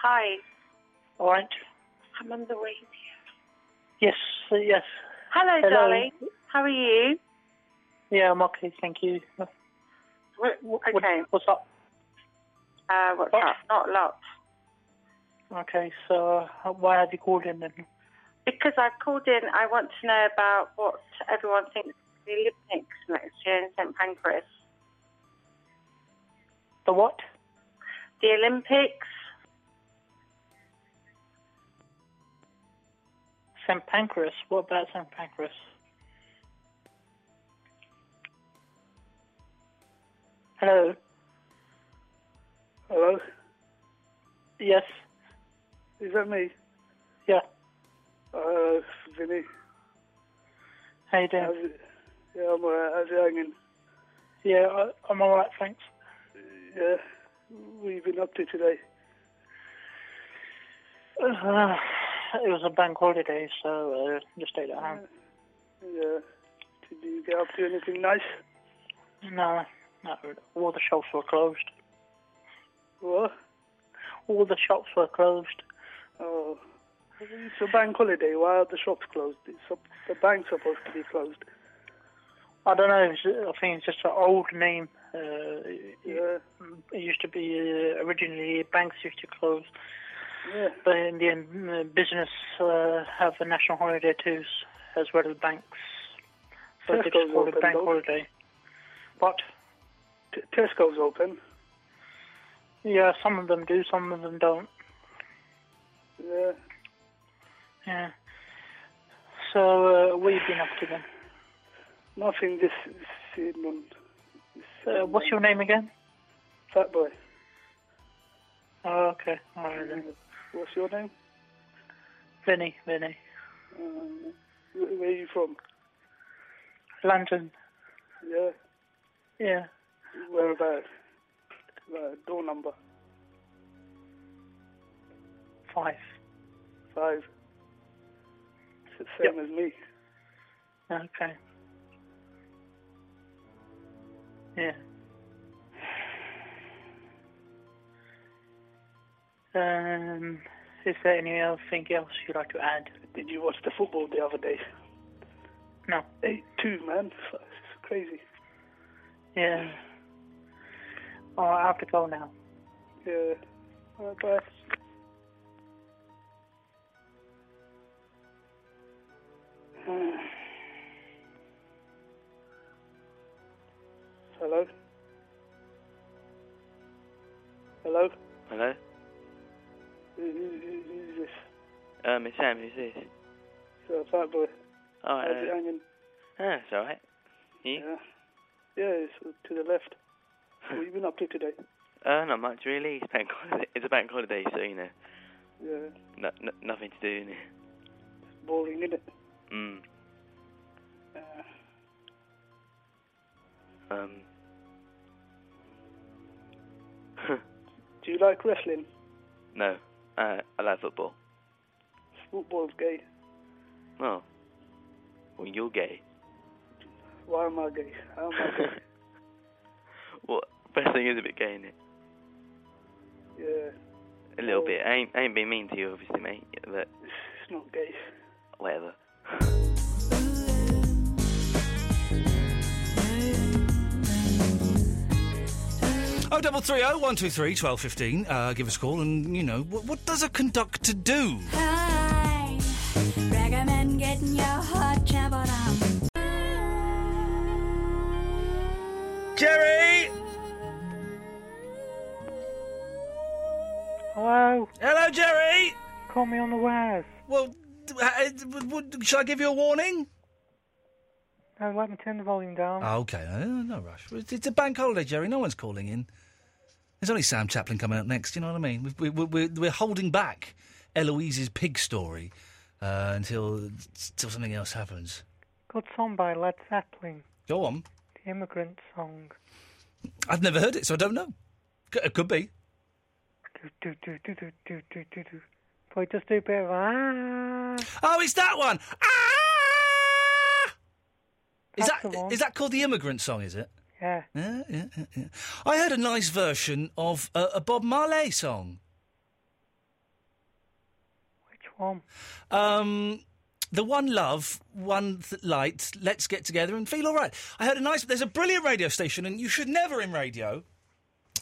Hi. All right. I'm on the way. Yes. Yes. Hello, Hello. darling. How are you? Yeah, I'm okay. Thank you. What, okay. what's up? Uh, what's up? Not a lot. Okay, so uh, why have you called in then? Because I've called in, I want to know about what everyone thinks of the Olympics next year in St Pancras. The what? The Olympics? St Pancras. What about St Pancras? Hello. Hello. Yes. Is that me? Yeah. Uh, Vinny. How you doing? How's it? Yeah, I'm alright. How's it hanging? Yeah, I, I'm all right, thanks. Yeah. What you been up to today? Uh, it was a bank holiday, so uh, just stayed at home. Yeah. Did you get up to anything nice? No, no, all the shops were closed. What? All the shops were closed. Oh. It's a bank holiday. Why are the shops closed? It's sup- the bank's supposed to be closed. I don't know. It's, I think it's just an old name. Uh, it, it used to be uh, originally banks used to close, Yeah. but in the end, uh, business uh, have a national holiday too, s- as well as banks. So they just Tesco's call it open, bank though. holiday. What? T- Tesco's open. Yeah, some of them do, some of them don't. Yeah. Yeah. So uh, what you been up to then? Nothing this season. Uh, what's your name again? Fat boy. Oh, okay. All right then. What's your name? Vinny, Vinny. Um, wh- where are you from? London. Yeah. Yeah. Where about? Uh, door number Five. five. It's the same as me. Okay. Yeah. Um, is there any other thing else you'd like to add? Did you watch the football the other day? No. Eight two, man. It's crazy. Yeah. Oh, I have to go now. Yeah. All right, bye. Hello? Hello? Hello? Who- who- who- Who's this? Um, it's Sam, who's this? Uh, Fat boy. Oh, How's it uh, hanging? ah, it's alright. Yeah. Yeah, it's uh, to the left. what you been up to today? Uh, not much really. It's bank holiday. It's a bank holiday, so you know, Yeah, no, no, nothing to do. innit? it's boring, isn't it? Uh, Mm. Um. Do you like wrestling? No. Uh, I like football. Football's gay. Oh. Well, you're gay. Why am I gay? How am I gay? Well, wrestling is a bit gay, innit? yeah, A little bit. I ain't, I ain't been mean to you, obviously, mate. But it's not gay. whatever. Oh, double three oh one two three twelve fifteen. Uh, give us a call, and you know what, what does a conductor do? I recommend getting your hot traveled on. Jerry. Hello. Hello, Jerry. Call me on the wires. Well, d- uh, w- w- should I give you a warning? No, let me turn the volume down. Oh, okay, no, no rush. It's, it's a bank holiday, Jerry. No one's calling in. There's only Sam Chaplin coming up next. You know what I mean? We've- We, we, we're, we're holding back Eloise's pig story uh, until until something else happens. Good song by Led Zeppelin, Go on. the immigrant song. I've never heard it, so I don't know. C- it could be. Do do do do do do do do. Boy, just do a bit of ah. Oh, it's that one. Is that is that called the immigrant song? Is it? Yeah. Yeah, yeah, yeah, yeah. I heard a nice version of uh, a Bob Marley song. Which one? Um, the one love, one th- light. Let's get together and feel all right. I heard a nice. There's a brilliant radio station, and you should never in radio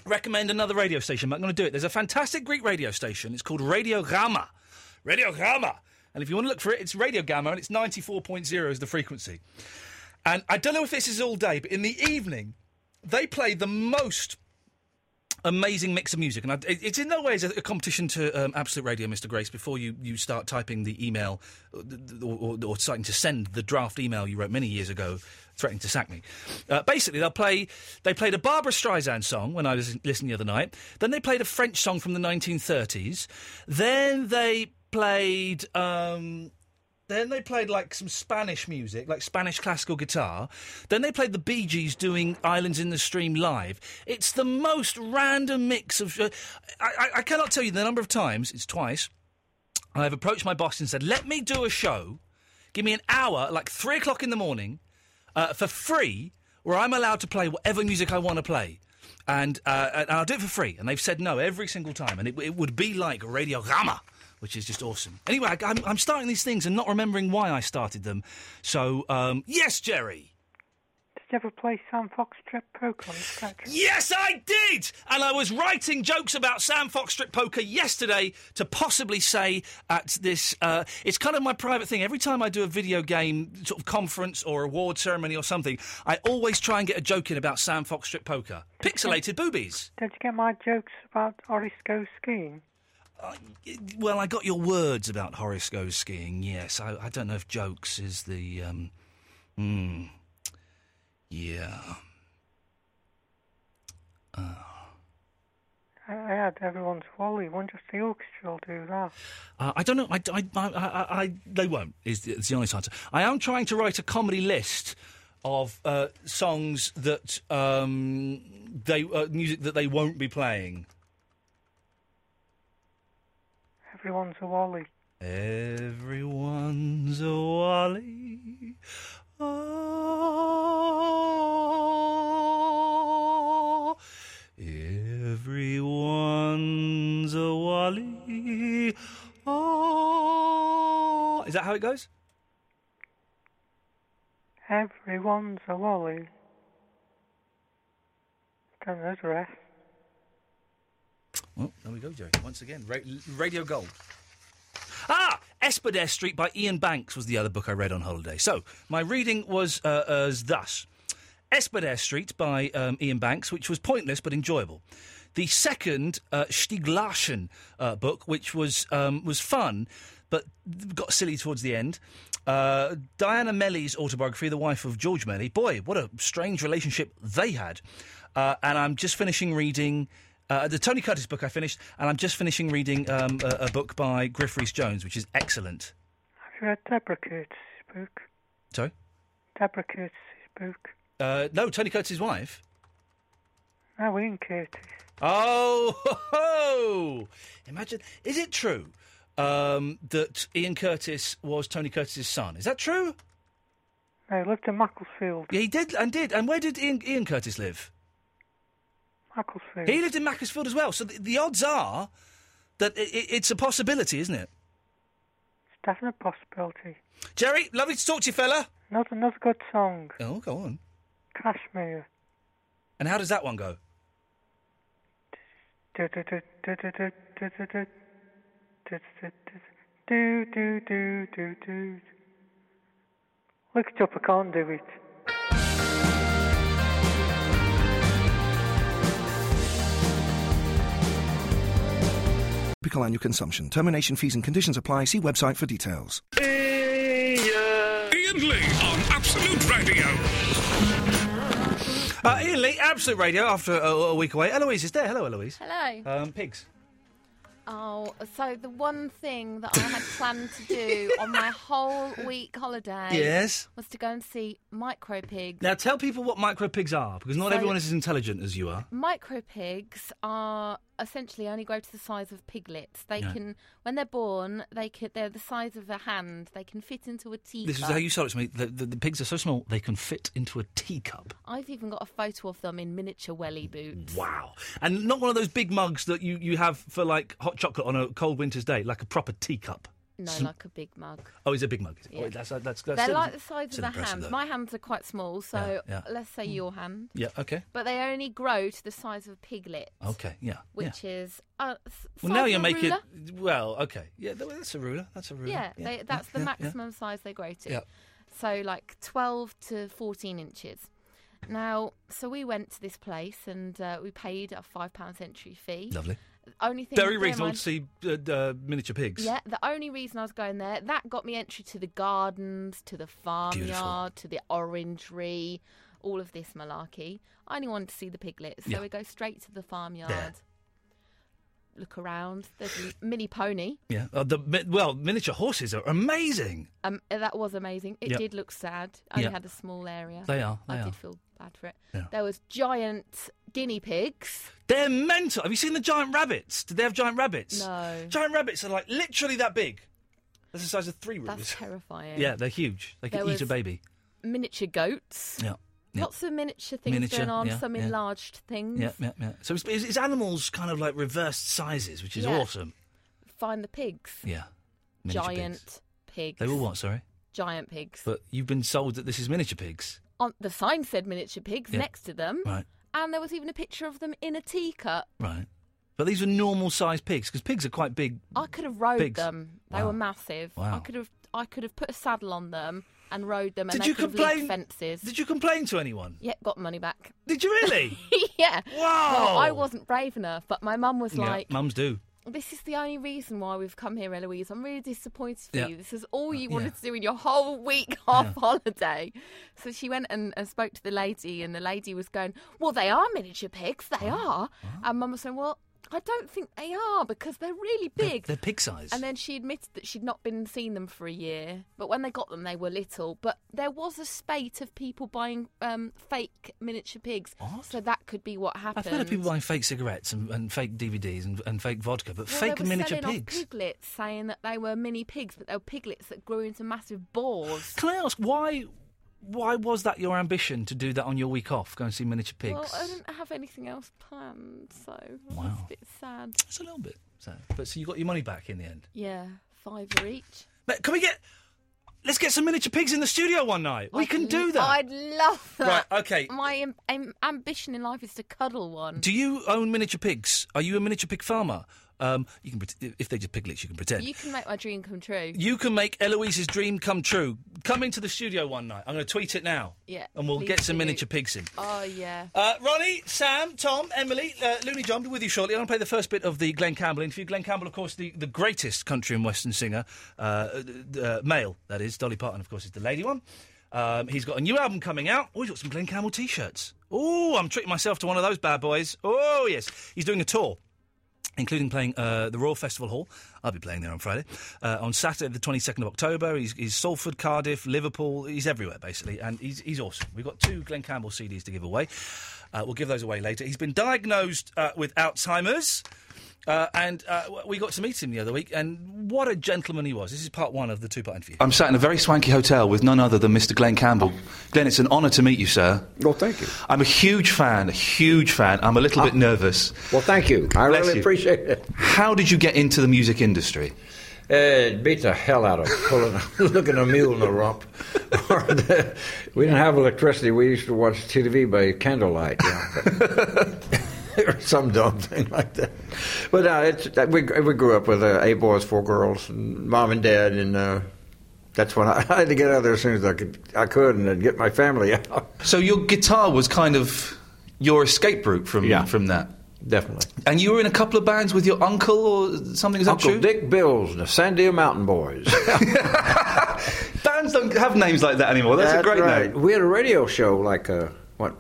recommend another radio station. But I'm going to do it. There's a fantastic Greek radio station. It's called Radio Gamma. Radio Gamma. And if you want to look for it, it's Radio Gamma, and it's 94.0 is the frequency. And I don't know if this is all day, but in the evening, they play the most amazing mix of music, and I, it- it's in no way a, a competition to um, Absolute Radio, Mr. Grace. Before you, you start typing the email or, or, or starting to send the draft email you wrote many years ago, threatening to sack me. Uh, basically, they'll play. They played a Barbara Streisand song when I was listening the other night. Then they played a French song from the 1930s. Then they played. Um, then they played like some Spanish music, like Spanish classical guitar. Then they played the Bee Gees doing "Islands in the Stream" live. It's the most random mix of. I, I, I cannot tell you the number of times. It's twice. I have approached my boss and said, "Let me do a show. Give me an hour, at, like three o'clock in the morning, uh, for free, where I'm allowed to play whatever music I want to play." And, uh, and I'll do it for free. And they've said no every single time. And it, it would be like Radio Rama, which is just awesome. Anyway, I, am I'm starting these things and not remembering why I started them. So, um, yes, Jerry. Did you ever play Sam Fox Trip Poke on the Spectrum? Yes, I did! And I was writing jokes about Sam Fox Strip Poker yesterday to possibly say at this. Uh, it's kind of my private thing. Every time I do a video game sort of conference or award ceremony or something, I always try and get a joke in about Sam Fox Strip Poker. Pixelated boobies. Did you get my jokes about Orisco skiing? Well, I got your words about Horace goes skiing. Yes, I, I don't know if jokes is the. Um, hmm. yeah. I, I had everyone's Wally. Wonder if the orchestra will do that. Uh, I don't know. I, I, I, I, I, they won't. Is the, is the honest answer. I am trying to write a comedy list of uh, songs that um, they uh, music that they won't be playing. Everyone's a Wally. Everyone's a Wally. Ah. Everyone's a Wally. Oh. Is that how it goes? Everyone's a Wally. Don't know the rest. Well, Oh, there we go, Jerry. Once again, ra- Radio Gold. Ah, Espedere Street by Ian Banks was the other book I read on holiday. So my reading was uh, as thus: Espedere Street by um, Ian Banks, which was pointless but enjoyable. The second uh, Stieglarschen uh, book, which was um, was fun but got silly towards the end. Uh, Diana Melly's autobiography, the wife of George Melly. Boy, what a strange relationship they had. Uh, and I'm just finishing reading uh, the Tony Curtis book I finished, and I'm just finishing reading um, a, a book by Griff Rhys Jones, which is excellent. Have you read Deborah Kurtz's book? Sorry? Deborah Kurtz's book. Uh, no, Tony Curtis's wife. No, we didn't Kurtz. Oh, ho, ho. imagine. Is it true um, that Ian Curtis was Tony Curtis's son? Is that true? No, he lived in Macclesfield. Yeah, he did and did. And where did Ian, Ian Curtis live? Macclesfield. He lived in Macclesfield as well. So the, the odds are that i i it's a possibility, isn't it? It's definitely a possibility. Jerry, lovely to talk to you, fella. Not another good song. Oh, go on. Kashmir. And how does that one go? Do do do do do do do do do do do do do do. Look it up, I can't do it. Typical annual consumption. Termination fees and conditions apply. See website for details. Ian Lee on Absolute Radio. Uh, Ian Lee, Absolute Radio, after a, a week away. Eloise is there. Hello, Eloise. Hello. Um, pigs. Oh, so the one thing that I had planned to do on my whole week holiday Yes. was to go and see micro pigs. Now tell people what micro pigs are, because not So- everyone is as intelligent as you are. Micro pigs are essentially only grow to the size of piglets. They Yeah. can, when they're born, they can, they're the size of a hand. They can fit into a teacup. This is how you sold it to me. The, the, the pigs are so small they can fit into a teacup. I've even got a photo of them in miniature welly boots. Wow! And not one of those big mugs that you, you have for like hot chocolate on a cold winter's day, like a proper teacup. No, Sm- like a big mug. Oh, it's a big mug. Is it? Yeah. Oh, that's, that's, that's still- They're like the size still of a impressive, hand. though. My hands are quite small, so Yeah, Mm. yeah. let's say your hand. Yeah. Okay. But they only grow to the size of a piglet, Okay. Yeah. yeah. which is uh, s- size Well, now of you're a making. ruler. Well, okay. Yeah, th- that's a ruler. That's a ruler. Yeah, They, that's the yeah, yeah. maximum size they grow to. Yeah. So like 12 to 14 inches. Now, so we went to this place and uh, we paid a five pounds entry fee. Lovely. Only thing bear Very in reasonable mind- to see uh, uh, miniature pigs. Yeah, the only reason I was going there, that got me entry to the gardens, to the farmyard, to the orangery, all of this malarkey. I only wanted to see the piglets, so Yeah. we go straight to the farmyard. Look around. There's a mini pony. Yeah. Uh, the mi- well, miniature horses are amazing. Um, that was amazing. It Yeah. did look sad. I only Yeah. had a small area. They are, I they are. did feel bad for it. There was giant guinea pigs. They're mental. Have you seen the giant rabbits? Did they have giant rabbits? No. Giant rabbits are like literally that big. That's the size of three rulers. That's terrifying. Yeah, they're huge. They There could eat was- a baby. Miniature goats. Yeah. yeah. Lots of miniature things Miniature, going on. yeah, some yeah. enlarged things. Yeah, yeah, yeah. So it's, it's, it's animals kind of like reversed sizes, which is Yeah. awesome. Find the pigs. Yeah. Miniature giant pigs. pigs. They were what? Sorry. Giant pigs. But you've been sold that this is miniature pigs, On the sign said miniature pigs Yeah. next to them, right? and there was even a picture of them in a teacup. Right. But these are normal sized pigs because pigs are quite big. I could have rode Pigs. them. They Wow. were massive. I Wow. could have I could have put a saddle on them and rode them. and Did they you could have leaped complain? Fences. Did you complain to anyone? Yeah, got money back. Did you really? yeah. Wow. Well, I wasn't brave enough, but my mum was yeah, like, mums do. "This is the only reason why we've come here, Eloise. I'm really disappointed for Yeah. Uh, you. This is all you yeah. wanted to do in your whole week half holiday." So she went and, and spoke to the lady, and the lady was going, "Well, they are miniature pigs. They Oh, are." And mum was saying, "Well, I don't think they are because they're really big." They're pig sized. And then she admitted that she'd not been seen them for a year, but when they got them, they were little. But there was a spate of people buying um, fake miniature pigs, so that could be what happened. I've heard of people buying fake cigarettes and, and fake DVDs and, and fake vodka, but Well, fake they were miniature selling off pigs. piglets, saying that they were mini pigs, but they were piglets that grew into massive boars. Can I ask why? Why was that your ambition to do that on your week off? Go and see miniature pigs. Well, I didn't have anything else planned, so it's Wow. a bit sad. It's a little bit sad, but so you got your money back in the end. Yeah, five each. But can we get? Let's get some miniature pigs in the studio one night. we can do that. I'd love that. Right, okay. My am- am- ambition in life is to cuddle one. Do you own miniature pigs? Are you a miniature pig farmer? Um, you can pret- if they're just piglets, you can pretend. You can make my dream come true. You can make Eloise's dream come true. Come into the studio one night. I'm going to tweet it now. Yeah, And we'll please get some do. miniature pigs in. Oh yeah. Uh, Ronnie, Sam, Tom, Emily, uh, Looney John, be with you shortly. I'm going to play the first bit of the Glenn Campbell interview. Glenn Campbell, of course, the, the greatest country and western singer, uh, uh, uh, male, that is. Dolly Parton, of course, is the lady one. Um, he's got a new album coming out. Oh, he's got some Glenn Campbell t shirts. Oh, I'm treating myself to one of those bad boys. Oh, yes. He's doing a tour including playing uh, the Royal Festival Hall. I'll be playing there on Friday. Uh, on Saturday, the 22nd of October, he's, he's Salford, Cardiff, Liverpool. He's everywhere, basically, and he's, he's awesome. We've got two Glenn Campbell CDs to give away. Uh, we'll give those away later. He's been diagnosed uh, with Alzheimer's. Uh, and uh, w- we got to meet him the other week, and what a gentleman he was. This is part one of the two part interview. I'm sat in a very swanky hotel with none other than Mr. Glenn Campbell. Glenn, it's an honour to meet you, sir. Well, thank you. I'm a huge fan, a huge fan. I'm a little bit nervous. Well, thank you. I really appreciate it. How did you get into the music industry? Uh, it beat the hell out of pulling, looking a mule in the rump. Or the- we didn't have electricity. We used to watch TV by candlelight. You know, or some dumb thing like that. But uh, it's, that- we, we grew up with uh, eight boys, four girls, and mom and dad, and uh, that's when I, I had to get out of there as soon as I could, I could and then get my family out. So your guitar was kind of your escape route from, from that? Definitely. And you were in a couple of bands with your uncle or something, is that Uncle true? Dick Bills and the Sandia Mountain Boys. Bands don't have names like that anymore. That's, a great right. name. We had a radio show like uh, what?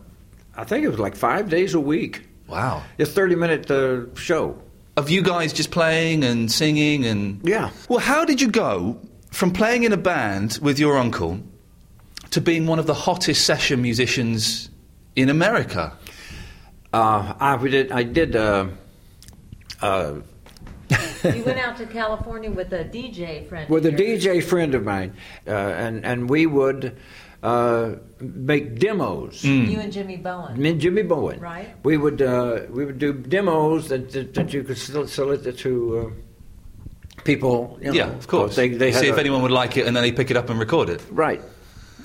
I think it was like five days a week. Wow, it's thirty minute uh, show. Of you guys just playing and singing and yeah. Well, how did you go from playing in a band with your uncle to being one of the hottest session musicians in America? Uh, I we did. I did. Uh, uh, You went out to California with a DJ friend. with a of yours. DJ friend of mine, uh, and and we would uh, make demos. Mm. You and Jimmy Bowen. Me and Jimmy Bowen. Right. We would uh, we would do demos that that, that you could sell, sell it to uh, people. you know. yeah, of course. They, they had see if a- anyone would like it, and then they pick it up and record it. Right,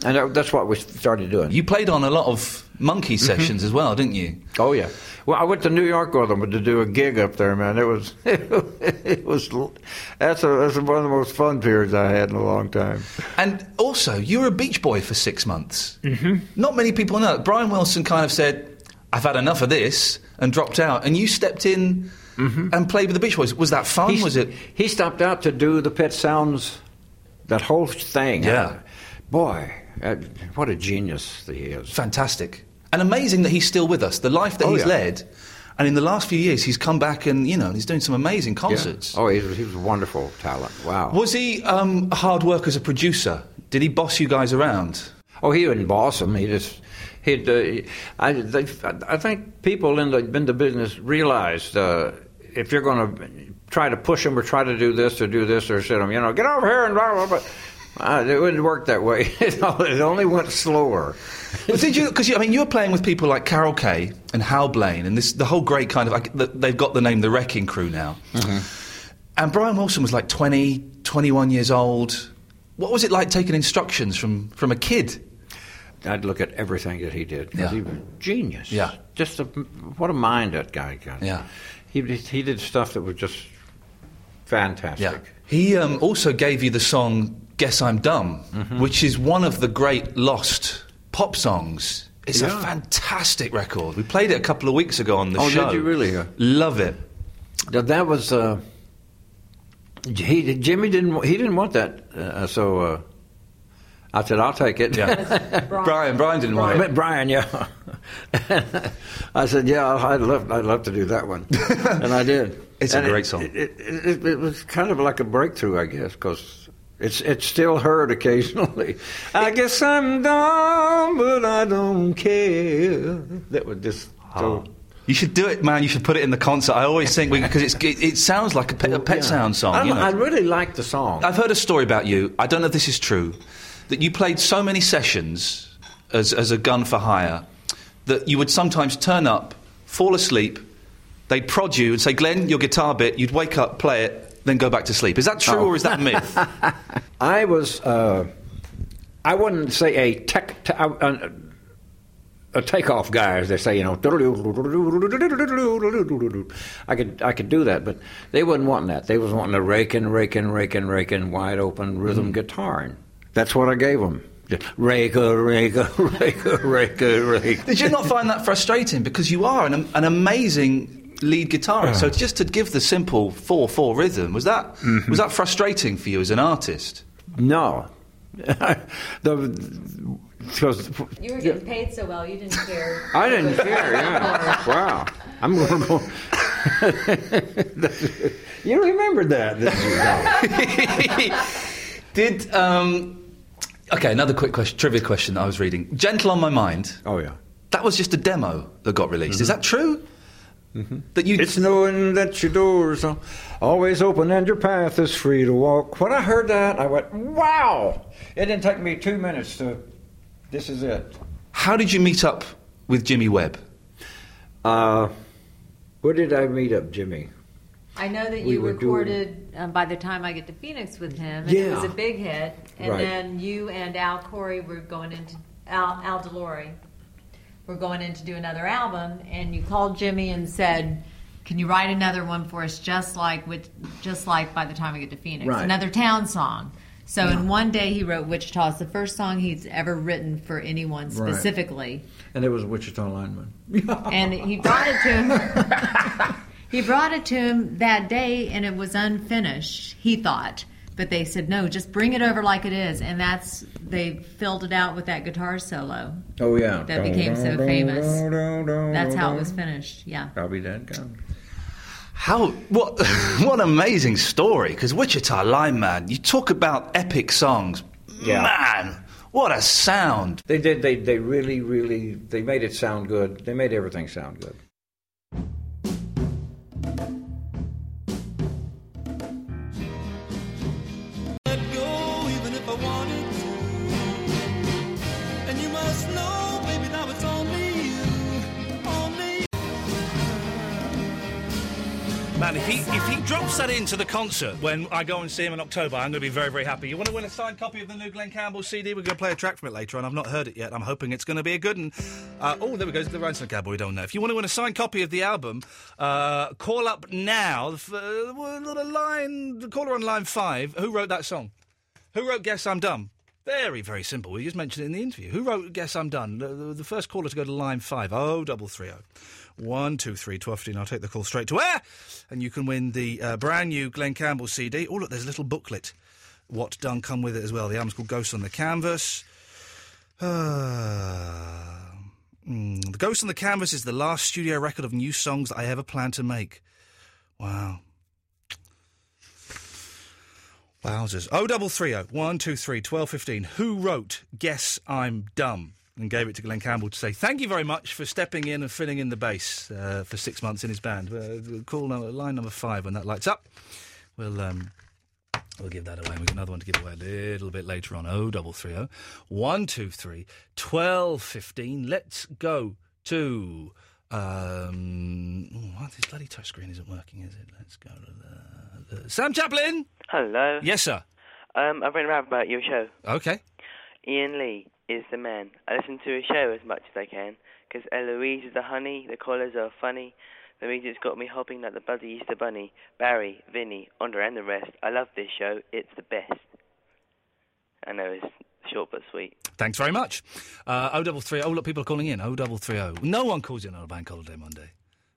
and that, that's what we started Mm-hmm. doing. You played on a lot of monkey sessions as well, didn't you? Oh yeah. Well, I went to New York with them to do a gig up there, man. It was it was that's a, that's one of the most fun periods I had in a long time. And also, you were a beach boy for six months. Mm-hmm. Not many people know. that. Brian Wilson kind of said, "I've had enough of this," and dropped out, and you stepped in Mm-hmm. and played with the Beach Boys. Was that fun? He- was it? He stopped out to do the Pet Sounds, that whole thing. Yeah. boy, uh, what a genius he is. Fantastic. And amazing that he's still with us. The life that Oh, he's yeah. led, and in the last few years, he's come back and you know he's doing some amazing concerts. Yeah. Oh, he was, he was a wonderful talent. Wow. Was he um, a hard work as a producer? Did he boss you guys around? Oh, he didn't boss them. He just he'd. Uh, he- I, they, I think people in the in the business realized uh, if you're going to try to push them or try to do this or do this or sit them, you know, get over here and blah blah blah. Uh, it wouldn't work that way. it only went slower. Well, did you? Because I mean, you were playing with people like Carol Kay and Hal Blaine, and this the whole great kind of like th- they've got the name the Wrecking Crew now. Mm-hmm. And Brian Wilson was like 20, 21 years old. What was it like taking instructions from from a kid? I'd look at everything that he did. 'cause Yeah. He was a genius. Yeah. Just a, what a mind that guy got. Yeah. He he did stuff that was just fantastic. Yeah. He um, also gave you the song "Guess I'm Dumb," Mm-hmm. which is one of the great lost pop songs. It's a Yeah. fantastic record. We played it a couple of weeks ago on the oh, show. did you really? Uh, Love it. That, that was uh, J- he. Jimmy didn't. wa- He didn't want that. Uh, so uh, I said, "I'll take it." Yeah. Brian. Brian- Brian didn't want I it. meant Brian, yeah. I said, "Yeah, I'd love, I'd love to do that one," and I did. It's a And great it- song. It, it, it, it was kind of like a breakthrough, I guess, because. It's it's still heard occasionally. I guess I'm dumb, but I don't care. That was just Oh. so You should do it, man. You should put it in the concert. I always think because it's it, it sounds like a pet, a pet sound song. I don't you know, know. I really like the song. I've heard a story about you. I don't know if this is true, that you played so many sessions as as a gun for hire that you would sometimes turn up, fall asleep, they'd prod you and say, "Glenn, your guitar bit." You'd Oh. wake up, play it, then go back to sleep. Is that true Oh. or is that myth? I was uh, I wouldn't say a tech, t- uh, uh, a takeoff guy, as they say, you know. I could I could do that, but they wasn't wanting that. They was wanting a raking, raking, raking, raking, wide open rhythm Mm. guitar, and that's what I gave them. Raker, raker, raker, raker, raker. Did you not find that frustrating? Because you are an, an amazing lead guitarist. So just to give the simple four four rhythm was that was that frustrating for you as an artist? Mm-hmm. No, the, because You were getting paid so well, you didn't care. I didn't care. Yeah. wow. I'm going to go. you remembered that. didn't you? Did um, okay? Another quick question, trivia question that I was reading. Gentle on my mind. Oh yeah, Mm-hmm. that was just a demo that got released. Is that true? That you. It's knowing that your doors are always open and your path is free to walk. When I heard that, I went, "Wow!" It didn't take me two minutes to. This is it. How did you meet up with Jimmy Webb? Uh, where did I meet up, Jimmy? I know that We you were doing- recorded um, by the time I get to Phoenix with him, and it Yeah. was a big hit. And Right. then you and Al Corey were going into Al Al Delory were going in to do another album, and you called Jimmy and said, "Can you write another one for us, just like with, just like by the time we get to Phoenix, Right. another town song." So in one day, he wrote Wichita. It's the first song he's ever written for anyone Right. specifically. And it was Wichita lineman. and he brought it to him. he brought it to him that day, and it was unfinished. He thought, but they said no, just bring it over like it is, and that's they filled it out with that guitar solo Oh yeah, that became so famous. That's how it was finished. Yeah. I'll be dead gone. How what what amazing story? Because Wichita Lineman, you talk about epic songs. Man, what a sound! They did. They they really really they made it sound good. They made everything sound good. let go even if I wanted to. And you must know, baby, now it's only you, only you. Man, if he if he drops that into the concert when I go and see him in October, I'm going to be very very happy. You want to win a signed copy of the new Glenn Campbell CD? We're going to play a track from it later on. I've not heard it yet. I'm hoping it's going to be a good one. Uh, oh, there we go. The Rhinestone Cowboy. We don't know. If you want to win a signed copy of the album, uh, call up now. F- uh, well, the line the caller on line five. Who wrote that song? Who wrote Guess I'm Dumb? Very, very simple. We just mentioned it in the interview. Who wrote Guess I'm Done? The, the- the first caller to go to line Oh, 50330. 1, 2, 3, 12, 15. I'll take the call straight to air. And you can win the uh, brand new Glenn Campbell CD. Oh, look, there's a little booklet. What done come with it as well. The album's called Ghosts on the Canvas. Ah. Mm, the Ghost on the Canvas is the last studio record of new songs that I ever planned to make. Wow. Wowzers. Oh, double three oh one two three twelve fifteen. Who wrote "Guess I'm Dumb" and gave it to Glenn Campbell to say thank you very much for stepping in and filling in the bass uh, for six months in his band. Uh, call number, line number five when that lights up. We'll um, we'll give that away. We've got another one to give away a little bit later on. Oh, double three oh one two three twelve fifteen. Let's go to. Um, oh, why this bloody touchscreen isn't working, is it? Let's go to the, the- Sam Chaplin. Hello. Yes, sir. Um, I've written around about your show. Okay. Ian Lee is the man. I listen to his show as much as I can because Eloise is the honey, the callers are funny, the music's got me hopping like the bloody Easter bunny. Barry, Vinny, Andre, and the rest. I love this show. It's the best. I know it's short but sweet. Thanks very much. Uh, 033. Oh, look, people are calling in. 0330. No one calls in on a bank holiday Monday.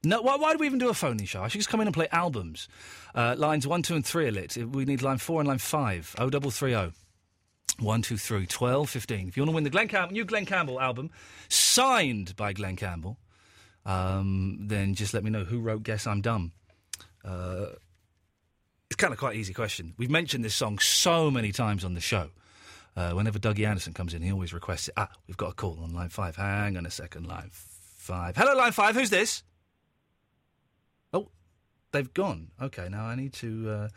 No, why, why do we even do a phone show? I should just come in and play albums. Uh, lines 1, 2, and 3 are lit. We need line 4 and line Oh, 5. 0330. 1, 2, 3, 12, 15. If you want to win the Glenn Camp- new Glenn Campbell album, signed by Glenn Campbell, um, then just let me know who wrote Guess I'm Dumb. Uh, it's kind of quite an easy question. We've mentioned this song so many times on the show. Uh, whenever Dougie Anderson comes in, he always requests it. Ah, we've got a call on line five. Hang on a second, line five. Hello, line five. Who's this? Oh, they've gone. Okay, now I need to. Uh,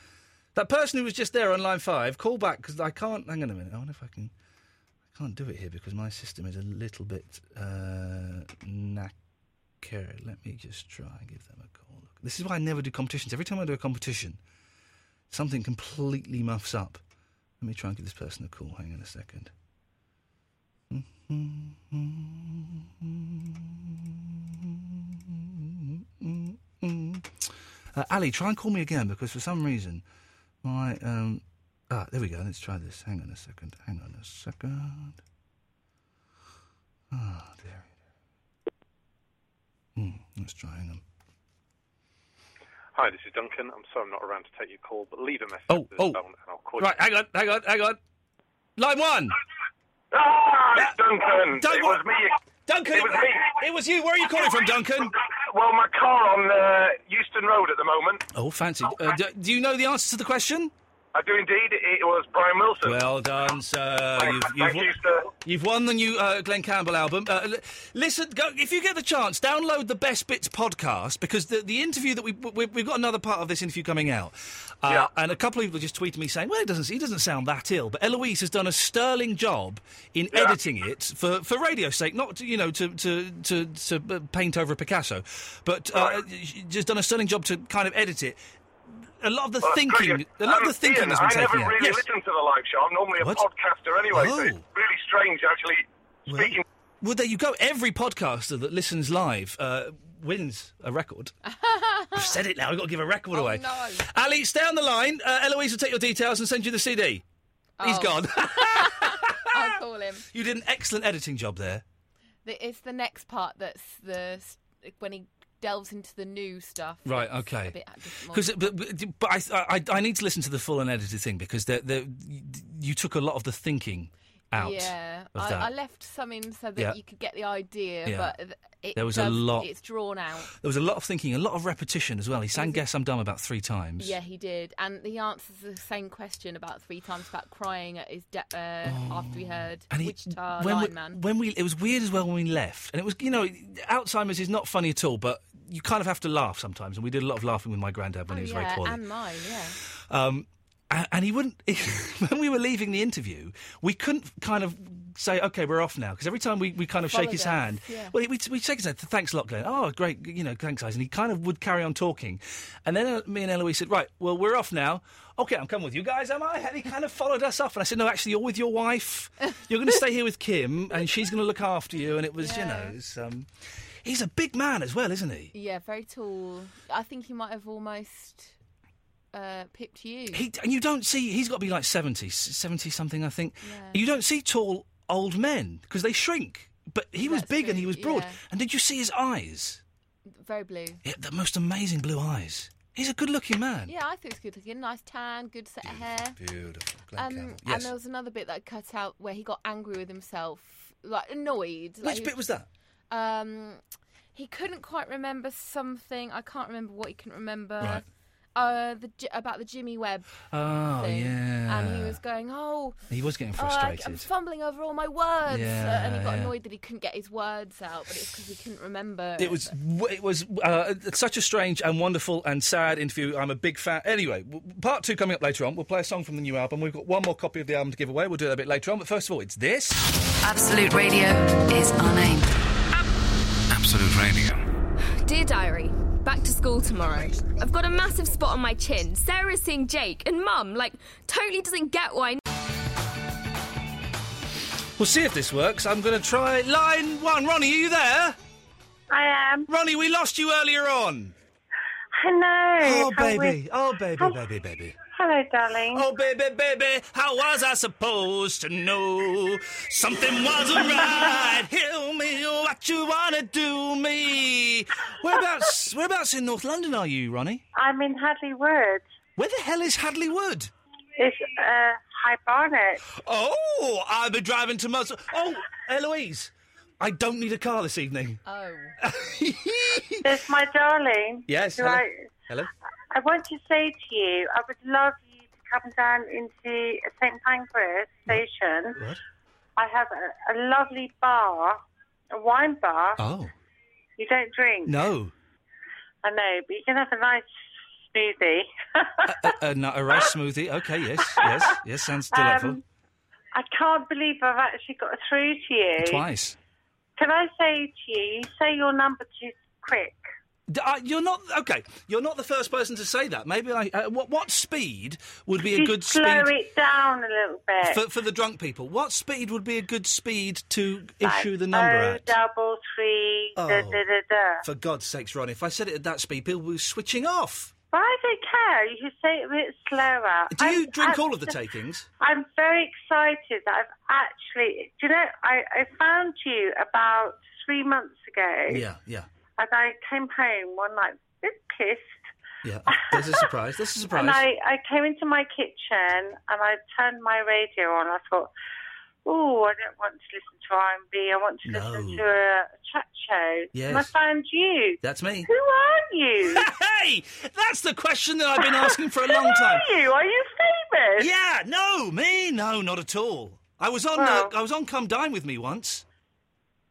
that person who was just there on line five, call back because I can't. Hang on a minute. I wonder if I can. I can't do it here because my system is a little bit uh, knackered. Let me just try and give them a call. This is why I never do competitions. Every time I do a competition, something completely muffs up. Let me try and give this person a call. Hang on a second. Mm. Uh, Ali, try and call me again because for some reason my um ah there we go. Let's try this. Hang on a second. Hang on a second. Ah, there it is. Hmm, let's try. Hang on. Hi, this is Duncan. I'm sorry I'm not around to take your call, but leave a message. Oh, to oh. someone and I'll call Right, hang on, hang on, hang on. Line one. Ah, it's Duncan. Duncan. It was me. Duncan. It was me. It was you. Where are you calling from, Duncan? Well, my car on uh, Euston Road at the moment. Oh, fancy. Uh, do, do you know the answer to the question? I do indeed. It was Brian Wilson. Well done, sir. You've, you've, Thank you, sir. You've won the new uh, Glenn Campbell album. Uh, l- listen, go, if you get the chance, download the Best Bits podcast because the, the interview that we, we we've got another part of this interview coming out, uh, and a couple of people just tweeted me saying, "Well, it doesn't he doesn't sound that ill," but Eloise has done a sterling job in editing it for for radio's sake, not to, you know to to to, to uh, paint over a Picasso, but uh, she's just done a sterling job to kind of edit it. A lot of the Well, that's thinking, brilliant. a lot of And the thinking Ian, has been I never taken out. really Yes. listen to the live show. I'm normally a What? podcaster anyway, so Oh. it's really strange actually speaking. Well, there you go. Every podcaster that listens live uh, wins a record. I've said it now. I've got to give a record Oh, away. No. Ali, stay on the line. Uh, Eloise will take your details and send you the CD. He's Oh. gone. I'll call him. you did an excellent editing job there. The, it's the next part that's the s- when he delves into the new stuff. Right. It's a Okay. bit different more- Because, but, but- but I, I, I need to listen to the full and edited thing because the, the, you took a lot of the thinking out. Yeah, of I, that. I left some in so that Yeah. you could get the idea, Yeah. but th- it There was a does- lot. It's drawn out. There was a lot of thinking, a lot of repetition as well. He sang "Guess I'm Dumb" about three times. Yeah, he did, and he answers the same question about three times about crying at his de- uh, after we heard Oh, uh, And he- Wichita when we, lineman. when we, it was weird as well when we left, and it was you know, Alzheimer's is not funny at all, but you kind of have to laugh sometimes, and we did a lot of laughing with my granddad oh, when he was yeah, very poorly. and mine, yeah. Um, a- and he wouldn't. when we were leaving the interview, we couldn't kind of say, "Okay, we're off now," because every time we, we kind of shake his Apologise, hand, yeah. well, we we shake his hand. Thanks a lot, Glenn. Oh, great, you know, thanks, guys. And he kind of would carry on talking, and then uh, me and Eloise said, "Right, well, we're off now." Okay, I'm coming with you guys, am I? And he kind of followed us off, and I said, "No, actually, you're with your wife. You're going to stay here with Kim, and she's going to look after you." And it was, you know, it's, um, he's a big man as well, isn't he? Yeah, very tall. I think he might have almost uh, pipped you. He, and you don't see, he's got to be like 70, s- 70 something, I think. You don't see tall old men because they shrink. But he was big and he was broad. yeah. And did you see his eyes? very blue. Yeah, the most amazing blue eyes. He's a good looking man. Yeah, I thought it was good looking. Nice tan, good set of hair. Beautiful. Um, Yes. And there was another bit that I cut out where he got angry with himself, like annoyed. like Which he bit was that? Um, he couldn't quite remember something. I can't remember what he couldn't remember. Right. Uh, the J- about the Jimmy Webb. Oh, thing. yeah. And he was going, oh. He was getting oh, I- I'm frustrated. fumbling over all my words. Yeah, Uh, and he got yeah. annoyed that he couldn't get his words out, but it's because he couldn't remember. It was w- it was uh, such a strange and wonderful and sad interview. I'm a big fan. Anyway, w- part two coming up later on. We'll play a song from the new album. We've got one more copy of the album to give away. We'll do that a bit later on. But first of all, it's this. Absolute Radio is our name. Absolute Radio. Dear Diary, back to school tomorrow. I've got a massive spot on my chin. Sarah's seeing Jake, and Mum, like, totally doesn't get why. We'll see if this works. I'm going to try line one. Ronnie, are you there? I am. Ronnie, we lost you earlier on. Hello. Oh, baby. Oh, baby, baby, baby. Hello, darling. Oh, baby, baby. How was I supposed to know something wasn't right? Heal me, what you want to do me. Whereabouts, whereabouts in North London are you, Ronnie? I'm in Hadley Wood. Where the hell is Hadley Wood? It's uh, High Barnet. Oh, I'll be driving to Mus. Oh, Eloise, I don't need a car this evening. Oh. There's my darling. Yes, who hello. I, Hello? I want to say to you, I would love you to come down into St Pancras Station. What? I have a, a lovely bar, a wine bar. Oh. You don't drink. No. I know, but you can have a nice smoothie. A, a, Uh, no, a rice smoothie. Okay, yes, yes, yes, sounds delightful. Um, I can't believe I've actually got through to you. Twice. Can I say to you, you say your number too quick. D- I- you're not okay. You're not the first person to say that. Maybe I. Uh, what, what speed would be a Just good slow speed it down a little bit. for, for the drunk people? What speed would be a good speed to Like, issue the number oh, at? double three, da, Oh. da, da, da. For God's sakes, Ron! If I said it at that speed, people would be switching off. Why do they care? You should say it a bit slower. Do you I'm- drink I'm all of the just- takings? I'm very excited that I've actually. Do you know, I, I found you about three months ago. Yeah, yeah, And I came home one night, a bit pissed. yeah. There's a surprise. There's a surprise. And I, I came into my kitchen and I turned my radio on. I thought, oh, I don't want to listen to R&B. I want to listen to a chat show. And I Yes. found you. That's me. Who are you? hey, that's the question that I've been asking for a long time. Who are you? Are you famous? Yeah, no, me, no, not at all. I was on. Well- uh, I was on. Come dine with me once.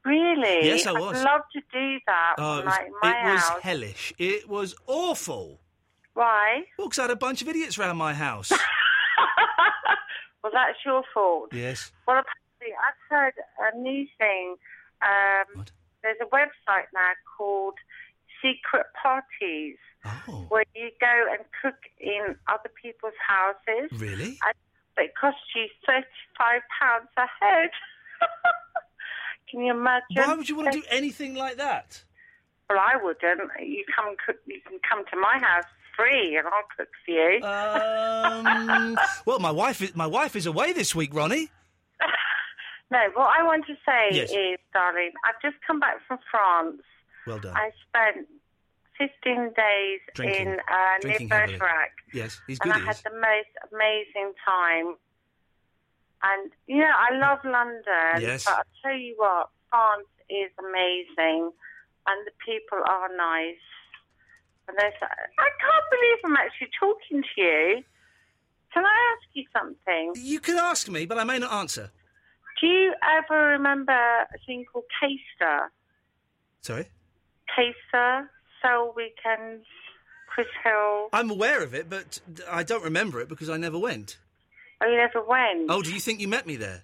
Really? Yes, I was. would love to do that. Oh, it was, like my it was house. hellish. It was awful. Why? Well, 'cause I had a bunch of idiots round my house. Well, that's your fault. yes. Well, apparently, I've heard a new thing. Um, there's a website now called Secret Parties, Oh. where you go and cook in other people's houses. Really? And it costs you thirty-five pounds a head. Can you imagine? Why would you want to do anything like that? Well, I wouldn't. You come, and cook, you can come to my house free, and I'll cook for you. Um, well, my wife. Is, my wife is away this week, Ronnie. no, what I want to say Yes. is, darling, I've just come back from France. Well done. I spent 15 days Drinking. in uh, near Drinking heavily. Bergerac, Yes, he's and good. I he had is. the most amazing time. And you know, I love London, Yes. but I'll tell you what, France is amazing, and the people are nice. And there's, I can't believe I'm actually talking to you. Can I ask you something? You can ask me, but I may not answer. Do you ever remember a thing called Caster? Sorry. Caster, Soul Weekends, Chris Hill. I'm aware of it, but I don't remember it because I never went. Oh, you never went? Oh, do you think you met me there?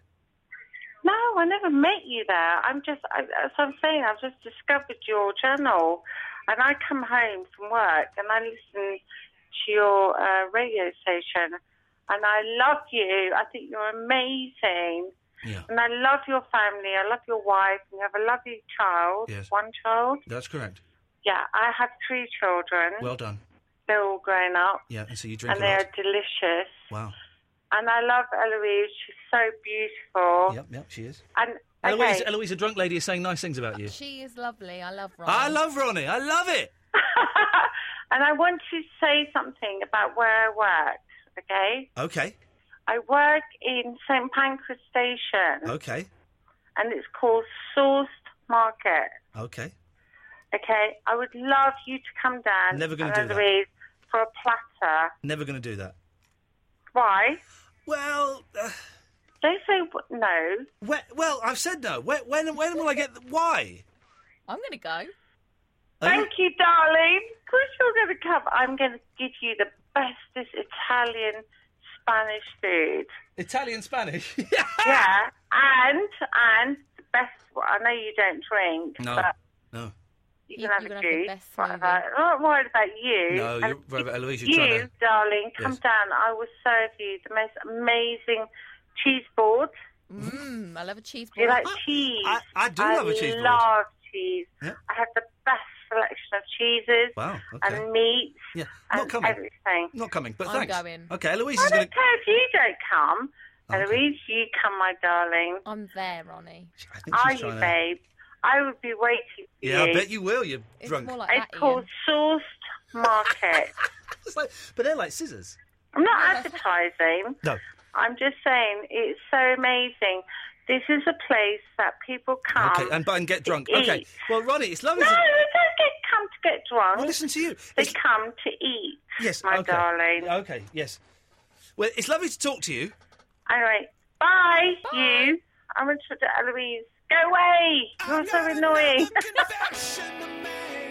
No, I never met you there. I'm just, I, as I'm saying, I've just discovered your channel. And I come home from work and I listen to your uh, radio station. And I love you. I think you're amazing. And I love your family. I love your wife. You have a lovely child. Yes. One child. That's correct. Yeah, I have three children. Well done. They're all grown up. Yeah, and so you drink Mm. and a they lot. are delicious. Wow. And I love Eloise. She's so beautiful. Yep, yep, she is. And Eloise, okay. Eloise, a drunk lady, is saying nice things about you. She is lovely. I love Ron. I love Ronnie. I love it. and I want to say something about where I work. Okay, Okay, I work in St Pancras Station, okay, and it's called Sourced Market. okay. Okay, I would love you to come down. Never gonna and do that. Eloise for a platter. Never going to do that. Why? Well, uh, don't say w- no. Well, well, I've said no. When, when, when will I get? The, why? Uh, I'm going to go. Thank you, darling. Of course you're going to come. I'm going to give you the bestest Italian Spanish food. Italian Spanish. yeah, and and the best. Well, I know you don't drink, No, but no. you can have a juice. whatever. I'm not worried about you. No, And you're, right about Eloise, you're you, trying to. darling, come Yes. down. I will serve you the most amazing cheese board. Mm, I love a cheese Do you board. like cheese? I- I do love a cheese board. love cheese. I have the best selection of cheeses Wow, okay. and meats Yeah, and everything. not coming. But I'm thanks. going. Okay, Eloise I is don't going. to... care if you don't come. Eloise, you come, my darling. I'm there, Ronnie. I think she's Are you, trying to- babe? I would be waiting for Yeah, you. I bet you will. You're drunk. it's called Sourced Market. It's like- but they're like scissors. I'm not advertising. No. I'm just saying it's so amazing. This is a place that people come. Okay, and and get drunk. Ah. eat. Okay. Well, Ronnie, it's No, they lovely. don't to- get, come to get drunk. Well, listen to you. They come to eat. Yes, my okay. darling. Okay, yes. Well, it's lovely to talk to you. All right. Bye, you. I'm going to Eloise. Go away. You're so annoying.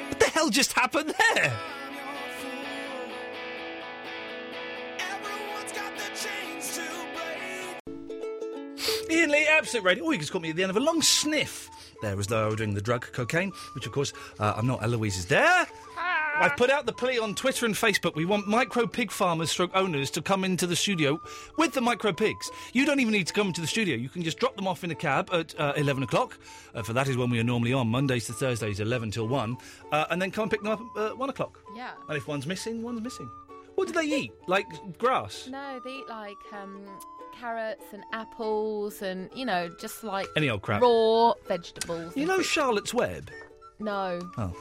What the hell just happened there? Ian Lee, Absolute Radio. Oh, you just caught me at the end of a long sniff there as though I were doing the drug cocaine, which, of course, uh, I'm not. Eloise is there. I've put out the plea on Twitter and Facebook. We want micro pig farmers stroke owners to come into the studio with the micro pigs. You don't even need to come into the studio. You can just drop them off in a cab at uh, 11 o'clock, uh, for that is when we are normally on, Mondays to Thursdays, 11 till 1, uh, and then come and pick them up at 1 o'clock. Yeah. And if one's missing, one's missing. What do they eat? Like grass? No, they eat like um, carrots and apples and, you know, just like Any old crap. raw vegetables. You know Charlotte's Web? No. Oh.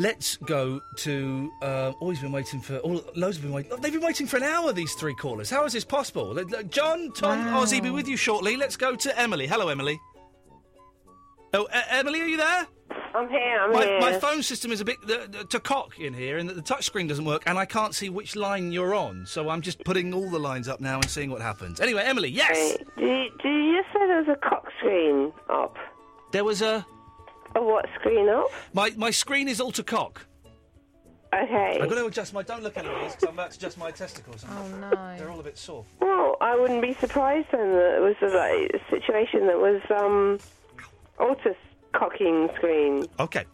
Let's go to. Uh, always been waiting for. All, loads have been waiting. They've been waiting for an hour, these three callers. How is this possible? Let- let- John, Tom, Wow. Ozzy be with you shortly. Let's go to Emily. Hello, Emily. Oh, E- Emily, are you there? I'm here, I'm my, here. my phone system is a bit uh, to cock in here, and the touchscreen doesn't work, and I can't see which line you're on. So I'm just putting all the lines up now and seeing what happens. Anyway, Emily, yes. Right. Do you, do you just say there was a cock screen up? There was a. A what screen up? My my screen is all to cock. Okay. I've got to adjust my. Don't look at it, because I'm about to adjust my testicles. Oh no. They're all a bit sore. Well, I wouldn't be surprised then that it was a like, situation that was um, Altus cocking screen. Okay.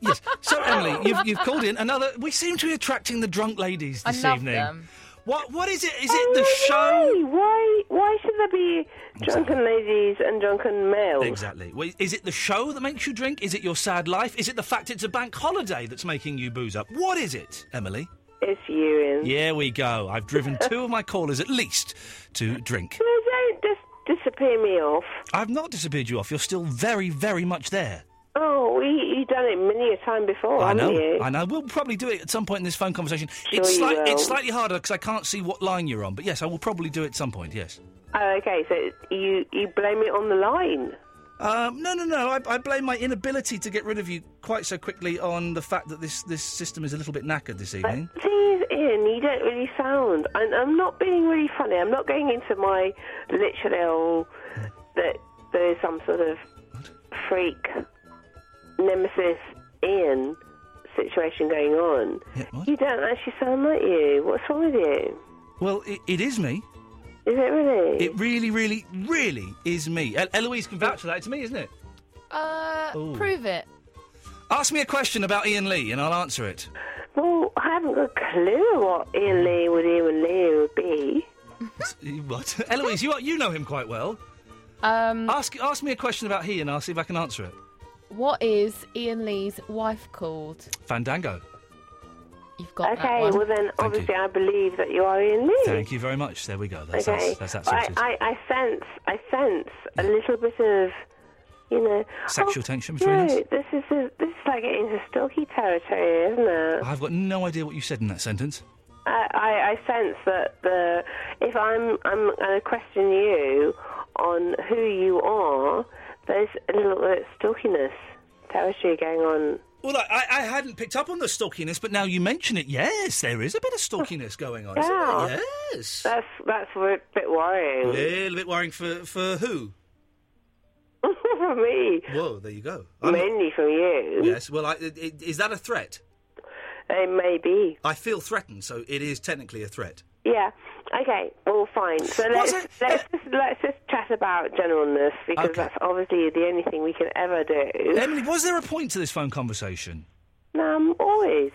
yes. So Emily, you've, you've called in another. We seem to be attracting the drunk ladies I this love evening. them. What what is it? Is Oh, it the no show? way. Why? Why should there be drunken ladies and drunken Oh. males? Exactly. Well, Is it the show that makes you drink? Is it your sad life? Is it the fact it's a bank holiday that's making you booze up? What is it, Emily? It's urine. Yeah, we go. I've driven two of my callers at least to drink. No, don't dis- disappear me off. I've not disappeared you off. You're still very, very much there. Oh, you, you've done it many a time before, I haven't know. Oh, you? I know. We'll probably do it at some point in this phone conversation. Sure it's, you will. it's slightly harder because I can't see what line you're on. But yes, I will probably do it at some point. Yes. Oh, okay, so you you blame it on the line. Um, no, no, no. I, I blame my inability to get rid of you quite so quickly on the fact that this, this system is a little bit knackered this evening. Please, Ian, you don't really sound. And I'm not being really funny. I'm not going into my literal that there is some sort of freak nemesis Ian situation going on. you don't actually sound like you. What's wrong with you? Well, it, it is me. Is it really? It really, really, really is me. El- Eloise can vouch for that. It's me, isn't it? Uh, Ooh. prove it. Ask me a question about Ian Lee and I'll answer it. Well, I haven't got a clue what Ian Lee would Ian Lee would be. what? Eloise, you, are, you know him quite well. Um, ask, ask me a question about he and I'll see if I can answer it. What is Ian Lee's wife called? Fandango. You've got that okay, one. well then, obviously, I believe that you are Ian Lee. Thank you very much. There we go. That's, okay. that's, that's that I, sorted. I, I sense, I sense a little bit of, you know, oh, Sexual tension between no, us? this is a, this is like getting into stalky territory, isn't it? I've got no idea what you said in that sentence. I, I, I sense that the if I'm I'm going to question you on who you are, there's a little bit of stalkiness territory going on. Well, I, I- I hadn't picked up on the stalkiness, but now you mention it, yes, there is a bit of stalkiness going on. isn't there? yeah, yes. That's that's a bit worrying. A little bit worrying for, for who? for me. Whoa, there you go. Mainly from you. Yes, well, I, it, it, is that a threat? It may be. I feel threatened, so it is technically a threat. Yeah. Okay. Well, fine. So let's let's just, let's just chat about generalness because that's obviously the only thing we can ever do. Emily, was there a point to this phone conversation? Um, always,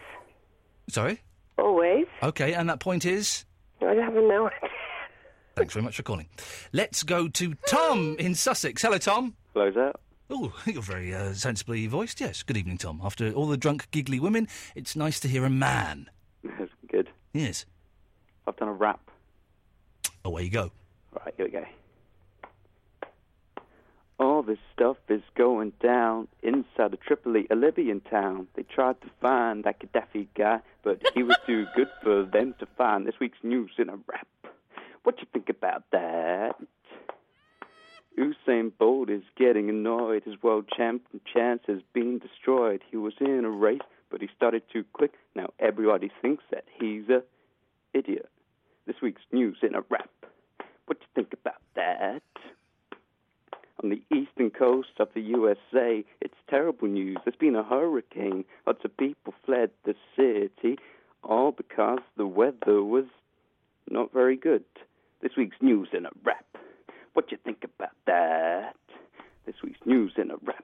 Sorry? always. Okay, and that point is? I have no idea. Thanks very much for calling. Let's go to Tom in Sussex. Hello, Tom. Hello there. Oh, you're very uh, sensibly voiced. Yes, good evening, Tom. After all the drunk, giggly women, it's nice to hear a man. Good. Yes. I've done a rap. Away Oh, you go. Right, here we go. All this stuff is going down inside a Tripoli Libyan town. They tried to find that Gaddafi guy, but he was too good for them to find. This week's news in a rap. What you think about that? Usain Bolt is getting annoyed. His world champion chance has been destroyed. He was in a race, but he started too quick. Now everybody thinks that he's a idiot. This week's news in a rap. What do you think about that? On the eastern coast of the USA, it's terrible news. There's been a hurricane. Lots of people fled the city, all because the weather was not very good. This week's news in a wrap. What do you think about that? This week's news in a wrap.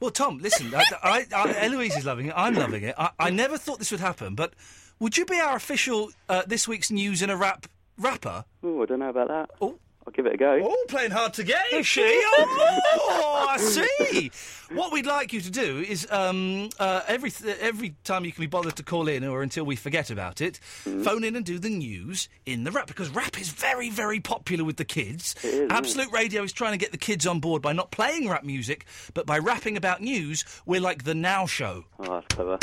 Well, Tom, listen, I, I, I, Eloise is loving it. I'm loving it. I, I never thought this would happen, but would you be our official uh, this week's news in a wrap rapper? Oh, I don't know about that. Oh, I'll give it a go. Oh, playing hard to get, is she? Oh, I see. What we'd like you to do is um, uh, every every time you can be bothered to call in, or until we forget about it, Mm. phone in and do the news in the rap because rap is very very popular with the kids. isn't it? Absolute Radio is trying to get the kids on board by not playing rap music, but by rapping about news. We're like the Now Show. Oh, that's clever.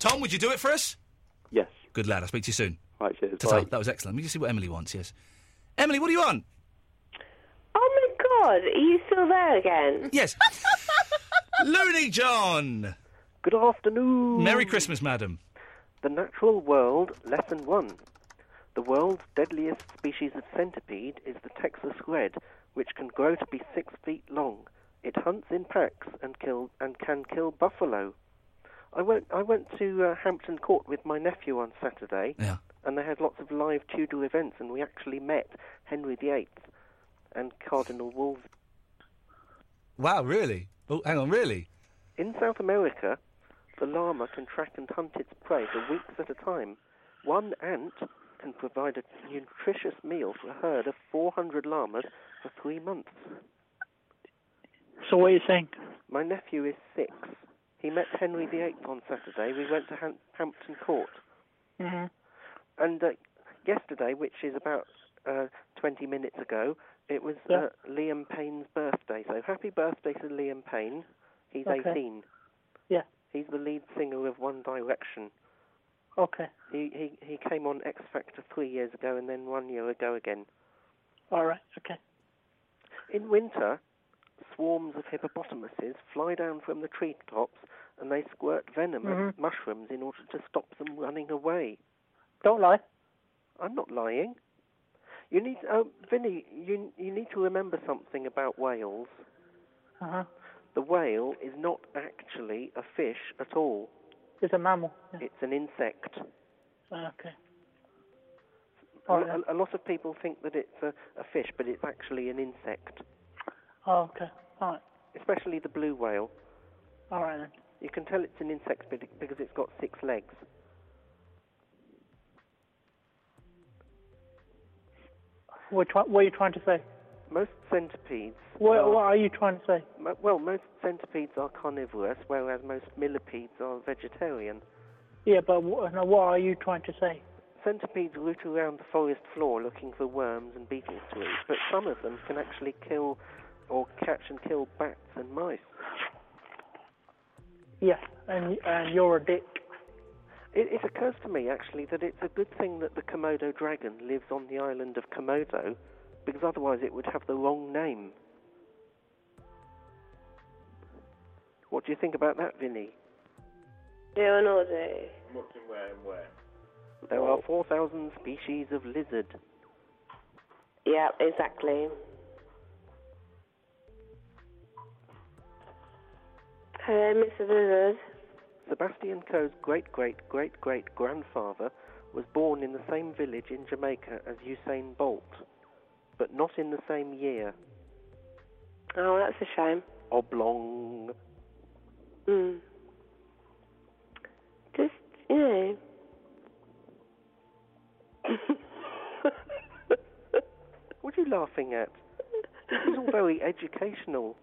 Tom, would you do it for us? Yes. Good lad. I'll speak to you soon. Right, cheers. Ta-ta. That was excellent. Let me just see what Emily wants. Yes. Emily, what do you want? Oh my God, are you still there again? Yes. Looney John. Good afternoon. Merry Christmas, madam. The Natural World, Lesson 1. The world's deadliest species of centipede is the Texas red, which can grow to be six feet long. It hunts in packs and, kill, and can kill buffalo. I went, I went to uh, Hampton Court with my nephew on Saturday, and they had lots of live Tudor events, and we actually met Henry VIII and Cardinal Wolsey. Wow, really? Oh, hang on, really? In South America, the llama can track and hunt its prey for weeks at a time. One ant can provide a nutritious meal for a herd of 400 llamas for three months. So what are you saying? My nephew is six. He met Henry VIII on Saturday. We went to Ham- Hampton Court. Mm-hmm. And uh, yesterday, which is about uh, 20 minutes ago, it was Yeah. uh, Liam Payne's birthday. So happy birthday to Liam Payne. He's Okay. 18. Yeah. He's the lead singer of One Direction. Okay. He, he he came on X Factor three years ago and then one year ago again. All right. Okay. In winter, swarms of hippopotamuses fly down from the treetops and they squirt venom Mhm. at mushrooms in order to stop them running away. Don't lie. I'm not lying. You need, oh, Vinny, you you need to remember something about whales. Uh huh. The whale is not actually a fish at all. It's a mammal. It's an insect. Okay. A, All right. a- a lot of people think that it's a, a fish, but it's actually an insect. Oh, okay. All right. especially the blue whale. All right then. You can tell it's an insect be- because it's got six legs. What, try- what are you trying to say? Most centipedes. What, Uh, are, what are you trying to say? mo- Well, most centipedes are carnivorous, whereas most millipedes are vegetarian. Yeah, but what, no, what are you trying to say? Centipedes root around the forest floor looking for worms and beetles to eat, but some of them can actually kill or catch and kill bats and mice. Yeah, and and you're a dick. It, it occurs to me actually that it's a good thing that the Komodo dragon lives on the island of Komodo, because otherwise it would have the wrong name. What do you think about that, Vinny? Day and all day. There are 4,000 species of lizard. Yeah, exactly. Hello, Mr. Lizard. Sebastian Coe's great great great great grandfather was born in the same village in Jamaica as Usain Bolt, but not in the same year. Oh, that's a shame. Oblong. Mm. Just, you know. What are you laughing at? This is all very educational,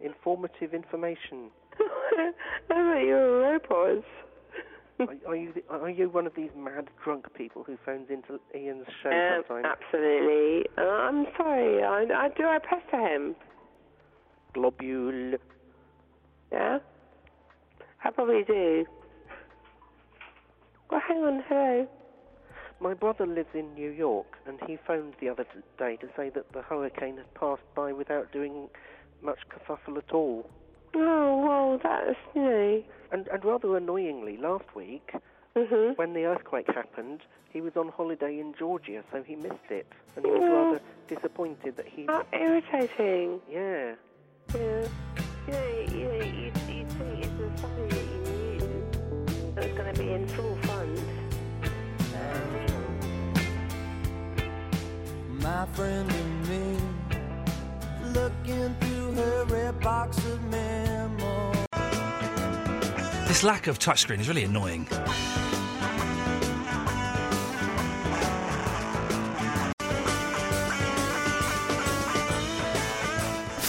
informative information. I thought you were a robot. Are, are you the, are you one of these mad drunk people who phones into Ian's show Um, sometimes? absolutely. Uh, I'm sorry. I, I do. I press for him. Globule. Yeah. I probably do. Well, hang on. Hello. My brother lives in New York, and he phoned the other t- day to say that the hurricane had passed by without doing much kerfuffle at all. Oh well, that's you know. And, and rather annoyingly, last week, when the earthquake happened, he was on holiday in Georgia, so he missed it. And he was Yeah. rather disappointed that he. How irritating. Yeah. Yeah. You know, you, know, you, you think it's the something that you knew that was going to be in full fund. My friend and me, looking through her red box of memories. This lack of touchscreen is really annoying.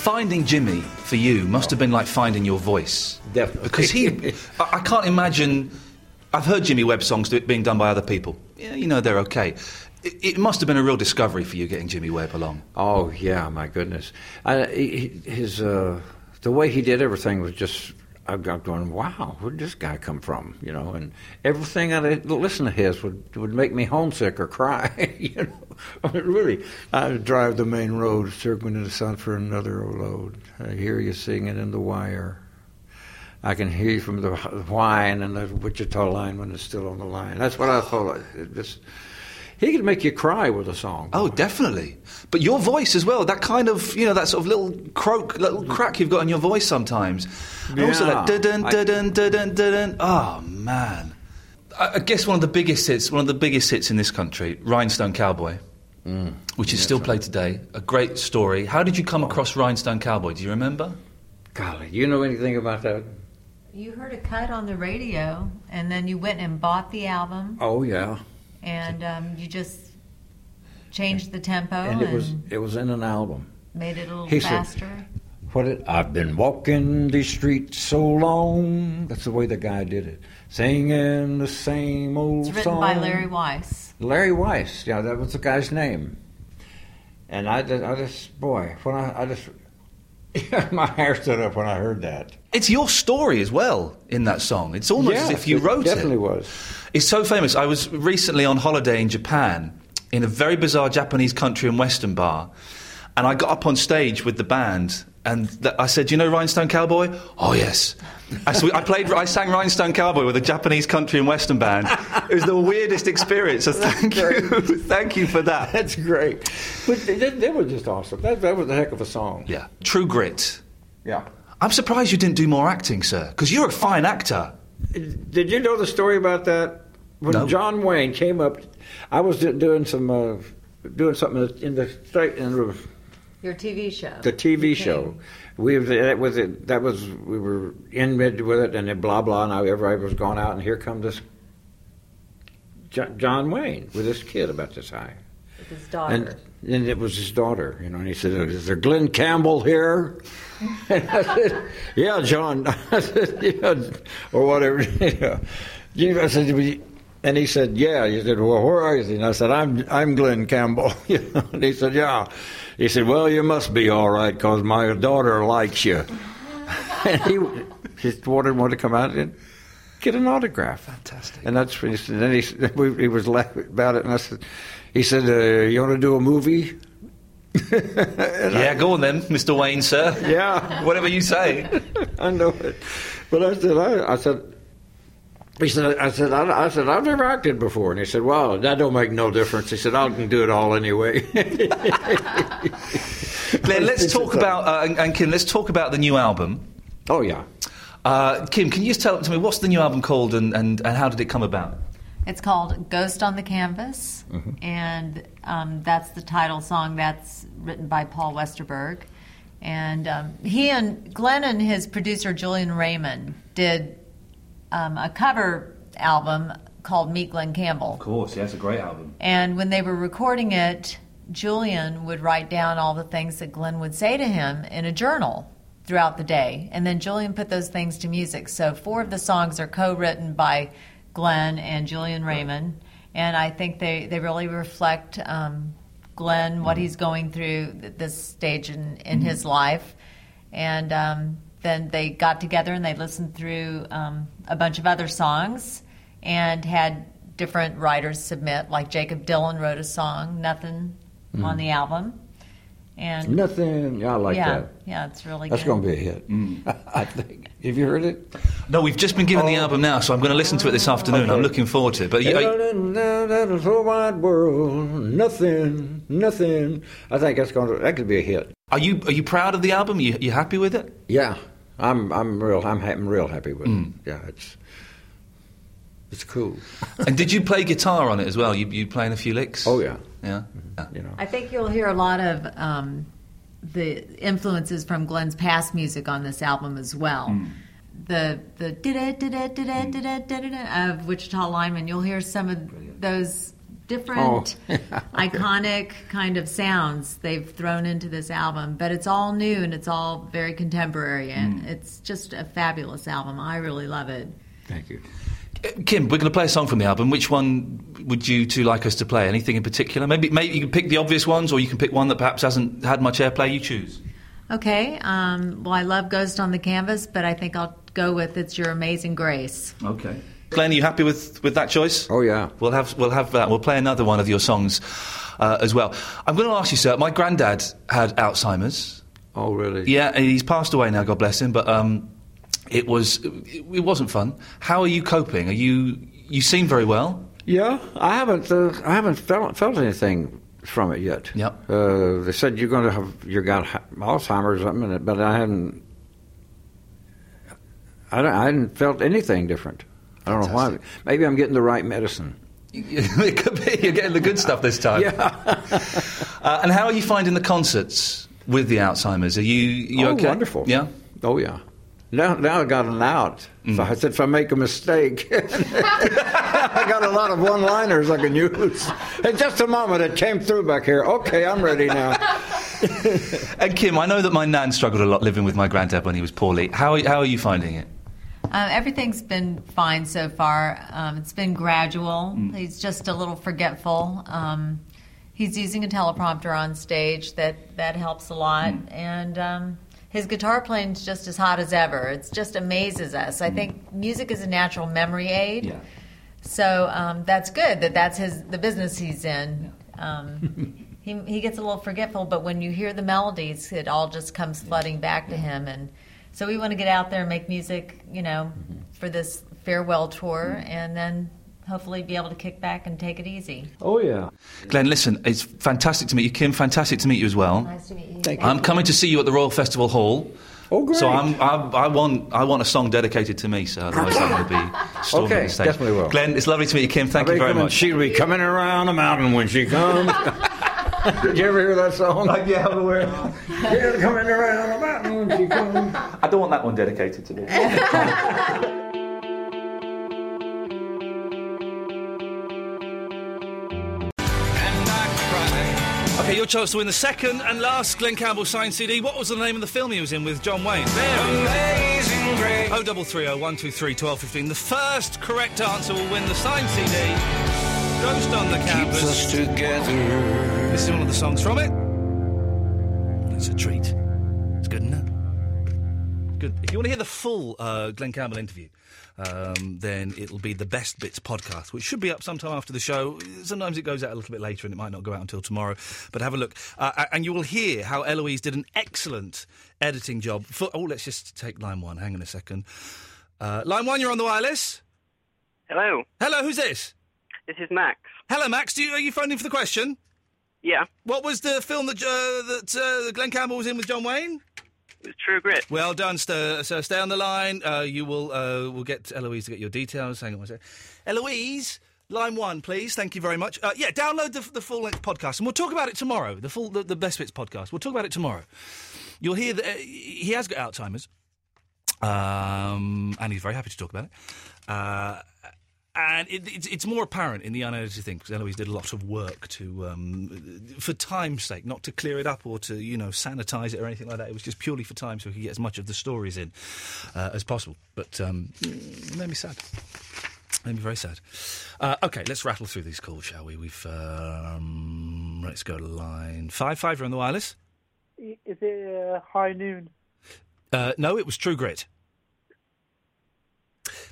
Finding Jimmy for you must have been like finding your voice. Definitely. Because he, I, I can't imagine. I've heard Jimmy Webb songs do- being done by other people. Yeah, you know they're okay. It, it must have been a real discovery for you getting Jimmy Webb along. Oh yeah, my goodness. I, he, his uh, the way he did everything was just. I got going. Wow, where did this guy come from? You know, and everything I did- listened to his would would make me homesick or cry. you know, I mean, really. I would drive the main road, circling to the sun for another load. I hear you singing in the wire. I can hear you from the whine and the Wichita line when it's still on the line. That's what I thought. It just, he could make you cry with a song. Oh, definitely. But your voice as well, that kind of, you know, that sort of little croak, little crack you've got in your voice sometimes. And also that Yeah. dun dun I- dun dun dun dun. Oh, man. I, I guess one of the biggest hits, one of the biggest hits in this country, Rhinestone Cowboy, which is still played today. A great story. How did you come across Rhinestone Cowboy? Do you remember? Golly, you know anything about that? You heard a cut on the radio, and then you went and bought the album, Oh yeah. and um, you just changed the tempo and, and it was it was in an album. made it a little he said- faster. What it, I've been walking these streets so long. That's the way the guy did it, singing the same old it's written song. by Larry Weiss. Larry Weiss. Yeah, that was the guy's name. And I just, I just boy, when I, I just my hair stood up when I heard that. It's your story as well in that song. It's almost as Yes, if you it wrote it. definitely was. It's so famous. I was recently on holiday in Japan in a very bizarre Japanese country and western bar, and I got up on stage with the band. And th- I said, "Do you know Rhinestone Cowboy?" Oh yes. I, so I played. I sang Rhinestone Cowboy with a Japanese country and western band. It was the weirdest experience. So thank you, thank you for that. That's great. But they, they- they were just awesome. That, that was a heck of a song. Yeah. True Grit. Yeah. I'm surprised you didn't do more acting, sir, because you're a fine actor. Did you know the story about that? When No. John Wayne came up, I was do- doing some uh, doing something in the state in the, Your TV show. the TV show. We was- that was it, that was we were in mid with it, and then blah blah. And I, everybody was going out, and here come this Jo- John Wayne with this kid about this high. With his And, daughter. and it was his daughter, you know, and he said, Is there Glenn Campbell here? And I said, Yeah, John. I said, yeah, or whatever. you know. You know, I said, "We-" and he said, Yeah. He said, Well, where are you? And I said, I'm, I'm Glenn Campbell. You know, and he said, Yeah. He said, Well, you must be all right because my daughter likes you. and he, his daughter wanted to come out and get an autograph. Fantastic. And that's when he said, then he, s- we, he was laughing about it, and I said, he said, uh, you want to do a movie? yeah, go on then, Mr. Wayne, sir. Uh, Yeah. Whatever you say. I know it. But I said, I, I said, he said, I said, I, I said, I've never acted before. And he said, well, that don't make no difference. He said, I can do it all anyway. Glenn, let's talk about uh, and, and Kim. Let's talk about the new album. Oh yeah, uh, Kim, can you just tell to me what's the new album called and, and, and how did it come about? It's called Ghost on the Canvas, Mm-hmm. Mm-hmm. and um, that's the title song that's written by Paul Westerberg. And um, he and Glenn and his producer Julian Raymond did um, a cover album called Meet Glenn Campbell. course, yeah, it's a great album. And when they were recording it, Julian would write down all the things that Glenn would say to him in a journal throughout the day. And then Julian put those things to music. So four of the songs are co written by Glenn and Julian Raymond. And I think they, they really reflect um, Glenn, Mm-hmm. what he's going through at this stage in, in his life. And um, then they got together and they listened through um, a bunch of other songs and had different writers submit. Like Jacob Dylan wrote a song, Nothing, Mm. on the album. And nothing. Yeah, I like yeah, that. yeah, it's really That's good. going to be a hit. I think. Have you heard it? Mm. Oh. No, we've just been given the album now, so I'm going to listen to it this afternoon. I'm looking forward to it. But you, Down in the whole wide world, nothing, nothing. I think that's going to that could be a hit. are you are you proud of the album? You you happy with it? Yeah, I'm I'm real I'm, ha- I'm real happy with it. Yeah, it's it's cool. and did you play guitar on it as well? You you playing a few licks? Oh yeah, Mm-hmm. yeah. You know. I think you'll hear a lot of um, the influences from Glenn's past music on this album as well. the the da-da, da-da, da-da, da-da, da-da-da of Wichita lineman, you'll hear some of those Oh, different iconic kind of sounds they've thrown into this album. But it's all new and it's all very contemporary, and it's just a fabulous album. I really love it. Thank you. Kim, we're going to play a song from the album. Which one would you two like us to play? Anything in particular? Maybe, maybe you can pick the obvious ones, or you can pick one that perhaps hasn't had much airplay. You choose. Okay. Um, well, I love Ghost on the Canvas, but I think I'll go with It's Your Amazing Grace. Okay. Glenn, are you happy with, with that choice? Oh yeah. We'll have we'll have that. We'll play another one of your songs uh, as well. I'm going to ask you, sir. My granddad had Alzheimer's. Oh really? Yeah, he's passed away now. God bless him. But um, it was it, it wasn't fun. How are you coping? Are you you seem very well? Yeah, I haven't. Uh, I haven't felt, felt anything from it yet. Yep. Uh, they said you're going to have you got ha- Alzheimer's or something, but I hadn't. I, don't, I hadn't felt anything different. I don't know why. Maybe I'm getting the right medicine. it could be. You're getting the good stuff this time. Yeah. uh, and how are you finding the concerts with the Alzheimer's? Are you you oh, okay? wonderful. Yeah. Oh yeah. Now, now I got an out. So I said, if I make a mistake, I got a lot of one-liners I can use. Hey, just a moment, it came through back here. Okay, I'm ready now. And Kim, I know that my nan struggled a lot living with my granddad when he was poorly. How are- how are you finding it? Um, everything's been fine so far. Um, it's been gradual. Mm. He's just a little forgetful. Um, he's using a teleprompter on stage. That that helps a lot. Mm. And um, his guitar playing's just as hot as ever. It just amazes us. I think music is a natural memory aid. Mm. Yeah. So um, that's good that that's his the business he's in. Um, he he gets a little forgetful, but when you hear the melodies, it all just comes flooding back to him. And so we want to get out there and make music, you know, for this farewell tour, and then hopefully be able to kick back and take it easy. Oh yeah. Glenn, listen, it's fantastic to meet you, Kim. Fantastic to meet you as well. Nice to meet you. I'm coming to see you at the Royal Festival Hall. Oh, So I'm, I'm, I want I want a song dedicated to me, so otherwise I'm going to be storming Okay, the stage. definitely will. Glenn, it's lovely to meet you, Kim. Thank you very much. She'll be coming around the mountain when she comes. Did you ever hear that song? yeah, I'm aware. She'll coming around the mountain when she comes. I don't want that one dedicated to me. Okay, your chance to win the second and last Glenn Campbell signed CD. What was the name of the film he was in with John Wayne? Amazing Grace. 0330 123 1215. The first correct answer will win the signed CD. Ghost on the Campus. together. This is one of the songs from it. It's a treat. It's good enough. Good. If you want to hear the full uh, Glenn Campbell interview, um, then it'll be the Best Bits podcast, which should be up sometime after the show. Sometimes it goes out a little bit later and it might not go out until tomorrow, but have a look. Uh, a- and you will hear how Eloise did an excellent editing job. For, oh, let's just take line one. Hang on a second. Uh, line one, you're on the wireless. Hello. Hello, who's this? This is Max. Hello, Max. Do you, are you phoning for the question? Yeah. What was the film that, uh, that uh, Glenn Campbell was in with John Wayne? True Grit. Well done, sir. So stay on the line. Uh, you will. Uh, we'll get Eloise to get your details. Hang on one second. Eloise, line one, please. Thank you very much. Uh, yeah, download the, the full length podcast, and we'll talk about it tomorrow. The full, the, the best bits podcast. We'll talk about it tomorrow. You'll hear that uh, he has got Alzheimer's, Uh, um, and he's very happy to talk about it. Uh, and it, it's, it's more apparent in the unedited thing because Eloise did a lot of work to, um, for time's sake, not to clear it up or to you know sanitise it or anything like that. It was just purely for time, so we could get as much of the stories in uh, as possible. But um, it made me sad. Made me very sad. Uh, okay, let's rattle through these calls, shall we? We've um, let's go to line five. Five, you're on the wireless. Is it uh, high noon? Uh, no, it was True Grit.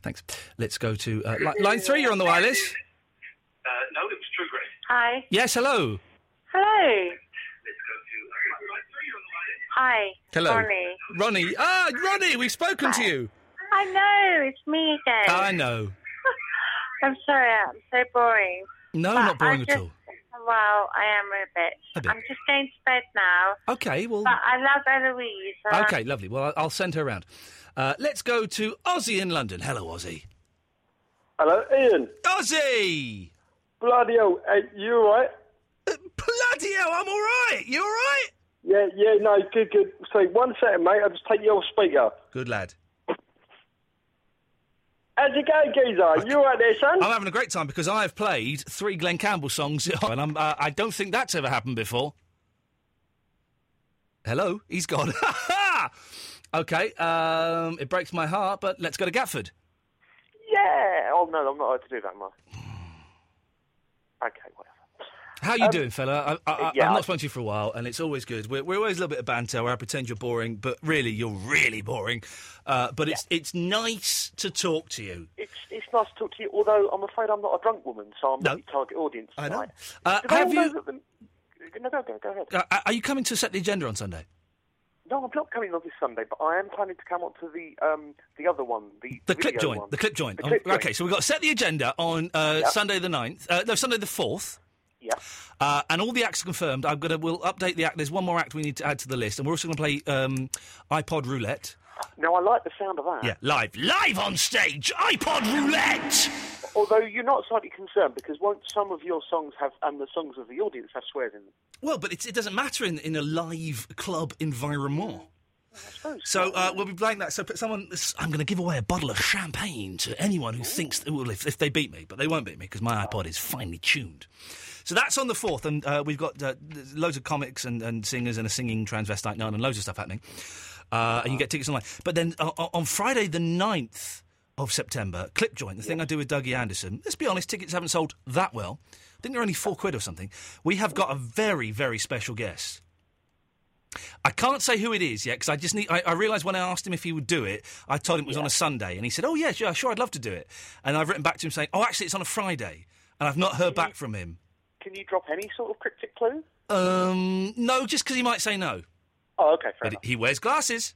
Thanks. Let's go to uh, li- line three. You're on the wireless. Uh, no, it was True Grit. Hi. Yes, hello. Hello. Hi. Hello. Ronnie. Ronnie. Ah, Ronnie, we've spoken to you. I know, it's me again. I know. I'm sorry, I'm so boring. No, But not boring I at just- all. Well, I am a bit. A bit. I'm just going to bed now. Okay, well. But I love Eloise. and Okay, lovely. Well, I- I'll send her around. Uh, let's go to Ozzy in London. Hello, Ozzy. Hello, Ian. Ozzy! Bloody hell, Oh, uh, hey, you alright? Uh, Bloody hell, I'm alright. You alright? Yeah, yeah, no, good, good. So, one second, mate, I'll just take your speaker. Good lad. How's it going, geezer? You right there, son? I'm having a great time because I've played three Glenn Campbell songs, and I'm, uh, I don't think that's ever happened before. Hello, he's gone. okay, um, it breaks my heart, but let's go to Gatford. Yeah. Oh no, I'm not allowed to do that, am I? Okay, whatever. How Um, you doing, fella? I, I, I, yeah, I've I- not spoken to you for a while, and it's always good. We're, we're always a little bit of banter where I pretend you're boring, but really you're really boring. Uh, but it's it's nice to talk to you. It's it's nice to talk to you. Although I'm afraid I'm not a drunk woman, so I'm not your target audience. I know. tonight. Uh, Do they have all know you? that the- No, go, go, go ahead. Uh, are you coming to set the agenda on Sunday? No, I'm not coming on this Sunday, but I am planning to come on to the um the other one, the The video clip joint. one. The clip joint. The Um, clip joint. Okay, so we've got to set the agenda on uh, Yeah. Sunday the 9th. Uh, no, Sunday the 4th. Yeah. Uh, and all the acts are confirmed. I'm gonna. We'll update the act. There's one more act we need to add to the list, and we're also going to play um, iPod Roulette. Now I like the sound of that. Yeah, live, live on stage, iPod Roulette. Although you're not slightly concerned because won't some of your songs have and the songs of the audience have swears in them? Well, but it's, it doesn't matter in, in a live club environment. So uh, we'll be playing that. So put someone, s- I'm going to give away a bottle of champagne to anyone who thinks that, well, if, if they beat me, but they won't beat me because my iPod is finely tuned. So that's on the fourth, and uh, we've got uh, there's loads of comics and, and singers and a singing transvestite nun and loads of stuff happening. Uh, and you get tickets online. But then uh, o- on Friday the 9th of September, Clip Joint, the thing I do with Dougie Anderson. Let's be honest, tickets haven't sold that well. I think they're only four quid or something. We have got a very, very special guest. I can't say who it is yet because I just need. I, I realised when I asked him if he would do it, I told him it was on a Sunday, and he said, "Oh yeah, sure, sure, I'd love to do it." And I've written back to him saying, "Oh, actually, it's on a Friday," and I've not heard back from him. Can you drop any sort of cryptic clue? Um, no, just because he might say no. Oh, okay, fair But he wears glasses.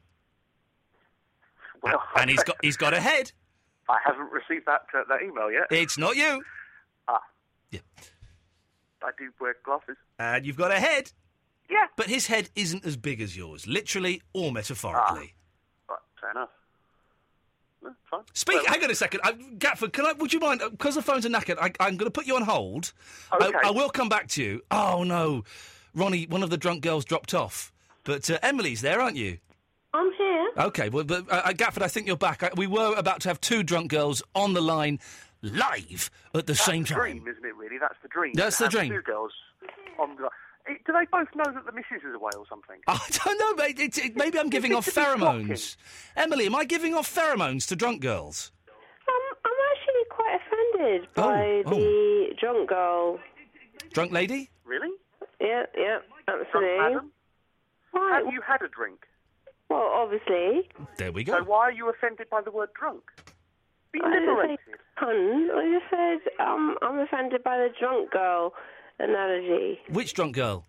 Well, and he's got he's got a head. I haven't received that uh, that email yet. It's not you. Ah. Yeah. I do wear glasses. And you've got a head. Yeah. But his head isn't as big as yours, literally or metaphorically. Right, fair enough. No, Ah, fine. Speak. hang on a second, I, Gatford. Can I? Would you mind? Because the phones are knackered, I, I'm going to put you on hold. I, Okay. I will come back to you. Oh no, Ronnie, one of the drunk girls dropped off. But uh, Emily's there, aren't you? I'm here. Okay. Well, but uh, uh, Gatford, I think you're back. I, we were about to have two drunk girls on the line, live at the That's same time. dream, isn't it? Really, that's the dream. That's to the have dream. Two girls. On the... Eh, Do they both know that the missus is away or something? I don't know, mate. It, it, maybe I'm giving off pheromones. Emily, am I giving off pheromones to drunk girls? I'm actually quite offended Oh, by oh. the drunk girl. Drunk lady? Really? Yeah, yeah, absolutely. Why? Have you had a drink? Well, obviously. There we So why are you offended by the word drunk? Be I didn't liberated. say pun. I just said um, I'm offended by the drunk girl analogy. Which drunk girl?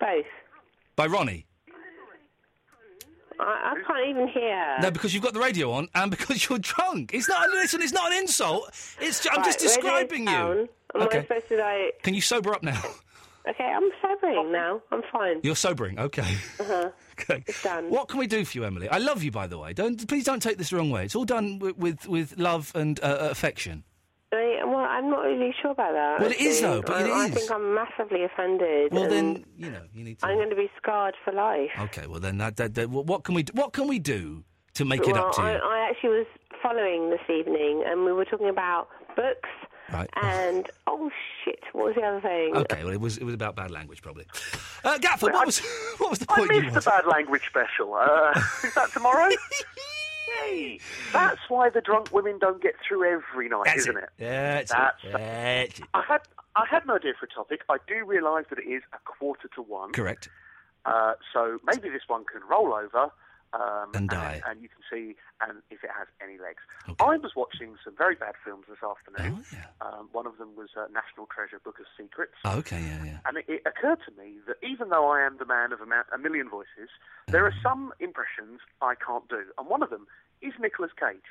Both. By Ronnie. I, I can't even hear. No, because you've got the radio on and because you're drunk. It's not. Listen, it's not an insult. It's. Ju- I'm just Right, radio's describing you. down. Am I okay. supposed to like? Can you sober up now? Okay, I'm sobering now. I'm fine. You're sobering. Okay. Uh-huh. Okay. It's done. What can we do for you, Emily? I love you, by the way. Don't please don't take this the wrong way. It's all done with with, with love and uh, affection. I, well, I'm not really sure about that. Well, it is, actually. though, but it I, I is. think I'm massively offended. Well, then, and you know you need to. I'm going to be scarred for life. Okay. Well, then that, that, that what what can we do, what can we do to make it up to Well, you? I, I actually was following this evening, and we were talking about books. Right. And oh shit, what was the other thing? Okay, well, it was it was about bad language, probably. Uh, Gatford, what was what was the I point? you missed wanted? the bad language special. Uh, is that tomorrow? Yay! That's why the drunk women don't get through every night, That's isn't it. it? That's it. That's it. I had I had an idea for a topic. I do realise that it is a quarter to one. Correct. Uh, so maybe this one can roll over um, And die. and you can see and if it has any legs. I was watching some very bad films this afternoon. um, one of them was uh, National Treasure: Book of Secrets. Oh, okay, yeah, yeah. And it, it occurred to me that even though I am the man of a, ma- a million voices, there are Uh-huh. some impressions I can't do, and one of them is Nicolas Cage.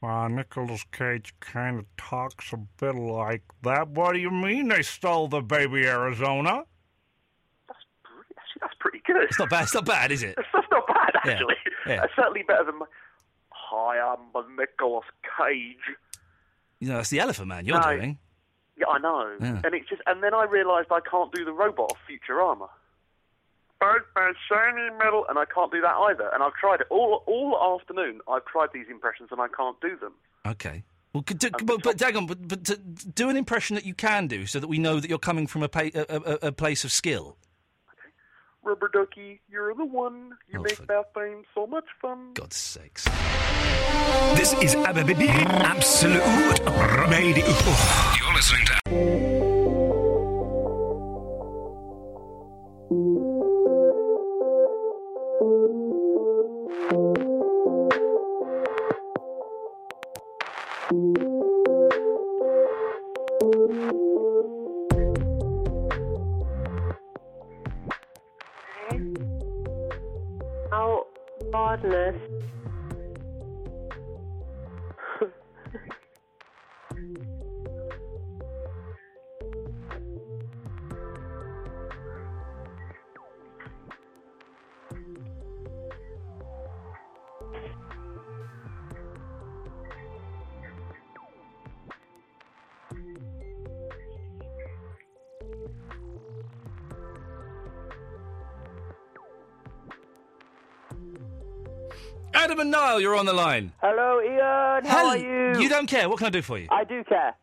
Well, Nicolas Cage kind of talks a bit like that. What do you mean they stole the baby Arizona? Actually, that's pretty good. It's not bad. It's not bad, is it? That's not bad, Yeah, actually. yeah. That's certainly better than my. Hi, I'm Nicolas Cage. You know, that's the elephant man you're No. doing. Yeah, I know. Yeah. And it's just, and then I realised I can't do the robot of Futurama. both my shiny metal, and I can't do that either. And I've tried it all all afternoon. I've tried these impressions, and I can't do them. Okay. Well, could do, but, but hang on, but, but to, to do an impression that you can do, so that we know that you're coming from a, pa- a, a, a place of skill. Rubber ducky, you're the one. Oh, You make bath fame so much fun. God's sakes. This is Absolute Radio. You're listening to Oh, hardness. Adam and Niall, you're on the line. Hello, Ian. How are you? You don't care. What can I do for you? I do care.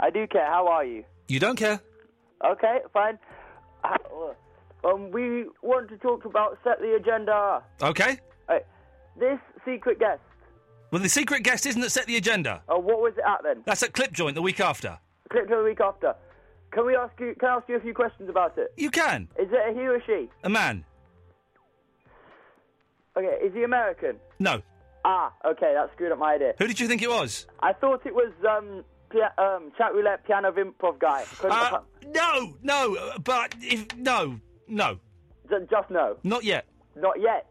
I do care. How are you? You don't care. Okay, fine. Uh, Um, we want to talk about set the agenda. Okay. Right. This secret guest. Well, the secret guest isn't that set the agenda. Uh, what was it at then? That's at Clip Joint the week after. Clip to the week after. Can we ask you? Can I ask you a few questions about it? You can. Is it a he or she? A man. Okay. Is he American? No. Ah. Okay. That screwed up my idea. Who did you think it was? I thought it was um, pia- um chat roulette piano improv guy. Couldn't- Uh, no, no, uh, but if no, no. just no. Not yet. Not yet.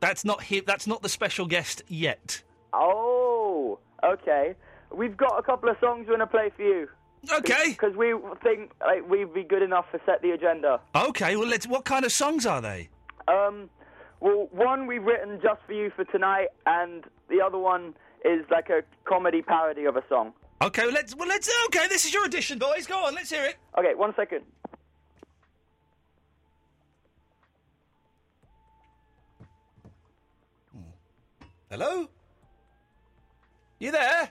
That's not him. That's not the special guest yet. Oh, okay. We've got a couple of songs we're gonna play for you. Okay. Because we think like we'd be good enough to set the agenda. Okay. Well, let's. What kind of songs are they? Um, well, one we've written just for you for tonight, and the other one is like a comedy parody of a song. Okay. well, Let's. Well, let's. Okay. This is your audition, boys. Go on. Let's hear it. Okay, one second. Hmm. Hello. You there?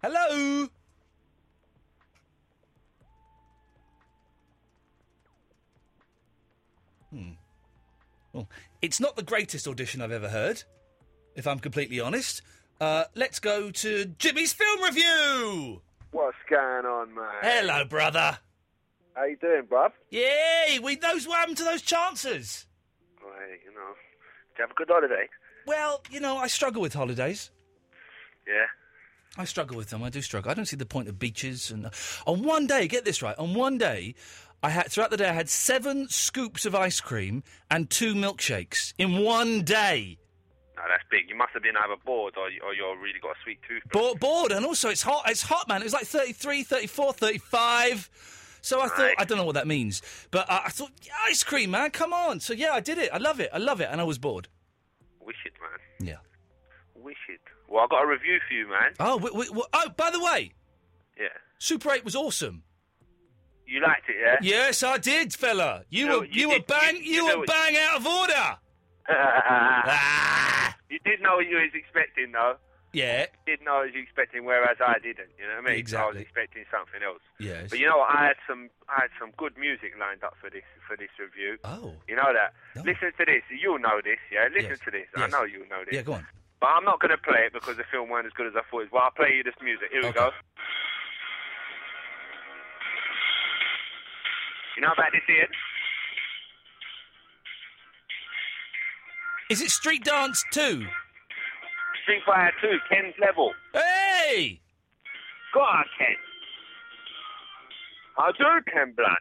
Hello. Hmm. Well, it's not the greatest audition I've ever heard, if I'm completely honest. Uh, let's go to Jimmy's film review. What's going on, mate? Hello, brother. How you doing, bruv? Yay! We those what happened to those chances? Right, you know. Did you have a good holiday? Well, you know, I struggle with holidays. Yeah. I struggle with them. I do struggle. I don't see the point of beaches. And uh, on one day, get this right. On one day, I had throughout the day I had seven scoops of ice cream and two milkshakes in one day. No, that's big. You must have been either bored or, you- or you're really got a sweet tooth. Bo- bored, and also it's hot. It's hot, man. It was like 33, 34, 35. So I thought, Right. I don't know what that means, but uh, I thought, ice cream, man, come on. So yeah, I did it. I love it. I love it, and I was bored. Wish it, man. Yeah. Wish it. Well, I got a review for you, man. Oh, w w w- oh, by the way, Yeah. Super 8 was awesome. You liked it, yeah? Yes, I did, fella. You, No, were you you, were did- bang you- you, you know were it. bang out of order. You did know what you was expecting, though. Yeah. You did know what you was expecting, whereas I didn't. You know what I mean? I was Exactly. expecting something else. Yes. But you know what? I had some I had some good music lined up for this for this review. Oh. You know that. Listen to this. You'll know this, yeah. Listen Yes. to this. I Yes. know you'll know this. Yeah, go on. But I'm not going to play it because the film weren't as good as I thought it was. Well, I'll play you this music. Here we go. You know about this, Ian? Is it Street Dance 2? Street Fighter 2, Ken's level. Hey! Go on, Ken. How do Ken Blood?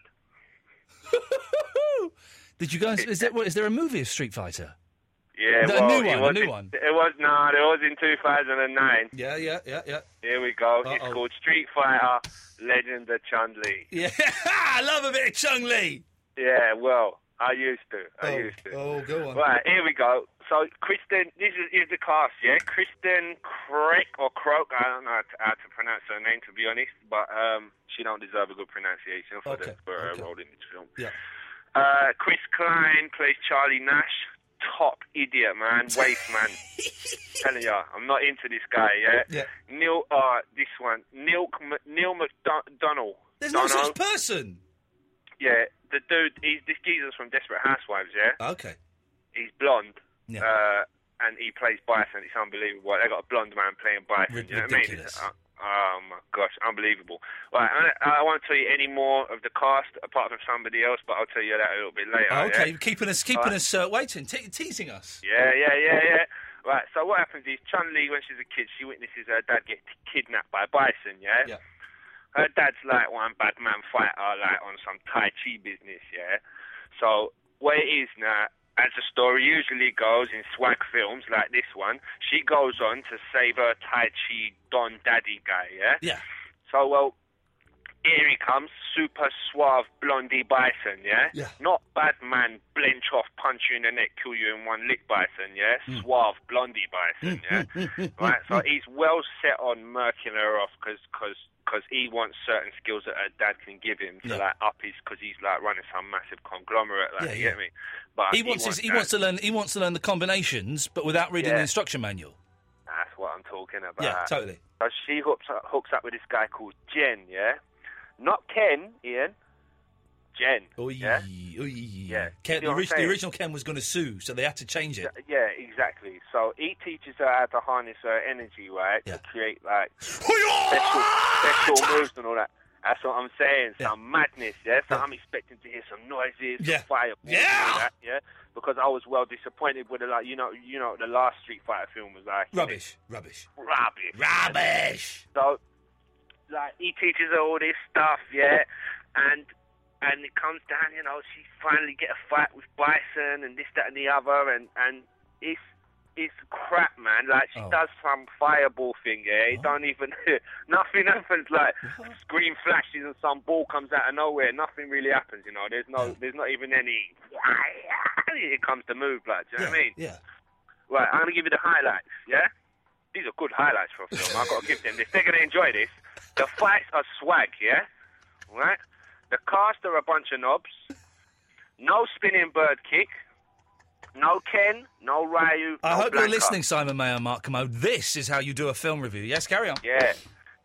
Did you guys? Is that what? Is there a movie of Street Fighter? Yeah, The well, new it one, the was new in- one. It was no, it was in 2009. Yeah, yeah, yeah, yeah. Here we go. Uh-oh. It's called Street Fighter Legend of Chun Li. Yeah, Ah, I love a bit of Chung Lee. Yeah, well, I used to. I used to. Oh, go on. Right, here we go. So so Kristen, this is, is the class, yeah? Kristen Croak or Croak, I don't know how to, how to pronounce her name to be honest, but um, she don't deserve a good pronunciation for, the, for her role in this film. Yeah. Uh, Chris Klein plays Charlie Nash. Top idiot, man. Waste man. Telling ya, I'm not into this guy. Uh, Yeah. Yeah. Neil. Uh, this one. Neil. M- Neil McDonald. There's no such person. Yeah. The dude. He's this Jesus from Desperate Housewives. Yeah. Okay. He's blonde. Uh, and he plays Bison. It's unbelievable. They got a blonde man playing Bison. you know what I mean? ridiculous. Uh, oh my gosh, unbelievable. Right, I, I won't tell you any more of the cast apart from somebody else, but I'll tell you that a little bit later. Oh, okay, yeah? keeping us keeping Alright. us uh, waiting, te- teasing us. Yeah, yeah, yeah, yeah. Right, so what happens is Chun Li, when she's a kid, she witnesses her dad get kidnapped by Bison, yeah? Yeah. Her dad's like one bad man fighter, like on some Tai Chi business, yeah? So, what it is now, as the story usually goes in swag films like this one, she goes on to save her Tai Chi Don Daddy guy, yeah? Yeah. So, well, here he comes, super suave blondie bison, yeah? Yeah. Not bad man, blench off, punch you in the neck, kill you in one lick bison, yeah? Mm. Suave blondie bison, yeah? Hmm, right, so he's well set on murking her off because cause, 'cause he wants certain skills that her dad can give him to, Yeah. like, up his, because he's, like, running some massive conglomerate, like, Yeah, you yeah. get me? But he wants his, he that. wants to learn he wants to learn the combinations, but without reading the Yeah. instruction manual. That's what I'm talking about. Yeah, totally. So she hooks up, hooks up with this guy called Jen, yeah? Not Ken, Ian. Jen. Oy, yeah? oy. Yeah. See Ken, the, what I'm orig- the saying? original Ken was going to sue, so they had to change it. Yeah, exactly. So he teaches her how to harness her energy, right? To create like special, special moves and all that. That's what I'm saying. Some madness, yeah. So I'm expecting to hear some noises, Yeah. some fireballs, and all that, yeah. Because I was well disappointed with it. Like you know, you know, the last Street Fighter film was like Rubbish, rubbish. rubbish, rubbish. So like he teaches her all this stuff, yeah, and and it comes down, you know, she finally get a fight with Bison and this, that, and the other, and and it's it's crap, man. Like she Oh. does some fireball thing, yeah. It don't even nothing happens. Like screen flashes and some ball comes out of nowhere. Nothing really happens, you know. There's no, there's not even any. It comes to move, like, do you know what I mean? Yeah. Right, I'm gonna give you the highlights. Yeah, these are good highlights for a film. I've got to give them this. They're gonna enjoy this. The fights are swag. Yeah, right. The cast are a bunch of knobs. No spinning bird kick. No Ken. No Ryu. I no hope Blanca. you're listening, Simon Mayer, Mark Commode. This is how you do a film review. Yes, carry on. Yeah.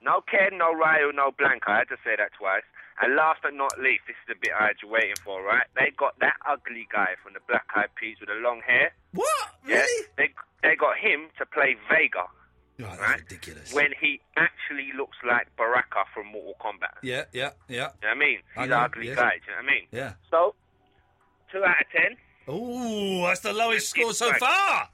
No Ken, no Ryu, no Blanca. I had to say that twice. And last but not least, this is the bit I had you waiting for, right? They got that ugly guy from the Black Eyed Peas with the long hair. What? Yeah. They they got him to play Vega. right? Oh, ridiculous. When he actually looks like Baraka from Mortal Kombat. Yeah, yeah, yeah. You know what I mean? I He's an know, ugly yeah. guy, do you know what I mean? Yeah. So, two out of ten. Ooh, that's the lowest score so swag. far.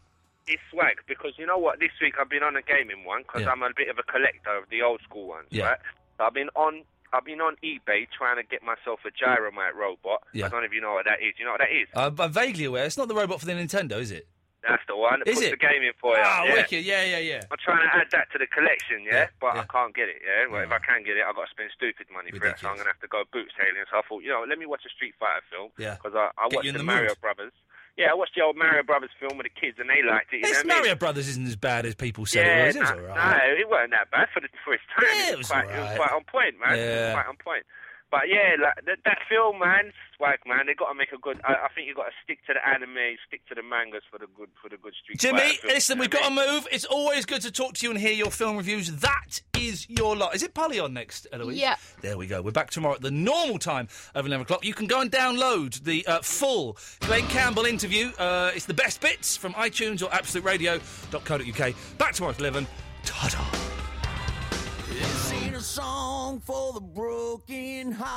It's swag because you know what? This week I've been on a gaming one because Yeah. I'm a bit of a collector of the old school ones, Yeah. right? So I've been on. I've been on eBay trying to get myself a gyromite robot. Yeah. I don't know if you know what that is. You know what that is? Uh, I'm vaguely aware. It's not the robot for the Nintendo, is it? That's the one. Is puts it? the game in for you. Ah, yeah. wicked. Yeah, yeah, yeah. I'm trying to add that to the collection, yeah, but yeah. I can't get it, yeah. Well, if I can get it, I've got to spend stupid money for it, so I'm going to have to go boot sailing. So I thought, you know, let me watch a Street Fighter film Yeah. because I, I Get watched you in the, the Mario mood. Brothers. Yeah, I watched the old Mario Brothers film with the kids, and they liked it. You This know what I mean? Mario Brothers isn't as bad as people say yeah, it was. It was no, all right. no, it wasn't that bad for the for its time. it, was quite, it was alright. quite on point, man. It was Yeah. quite on point. But yeah, like that, that film, man, swag, man. They got to make a good. I, I think you got to stick to the anime, stick to the mangas for the good for the good Street Jimmy, Fighter. films, listen, you know we've what I got to mean? move. It's always good to talk to you and hear your film reviews. That is your lot. Is it Polly on next, Eloise? Yeah. There we go. We're back tomorrow at the normal time of 11 o'clock. You can go and download the uh, full Glenn Campbell interview. Uh, it's the best bits from iTunes or absoluteradio.co.uk. Back tomorrow at 11. Ta-da. This ain't a song for the broken heart.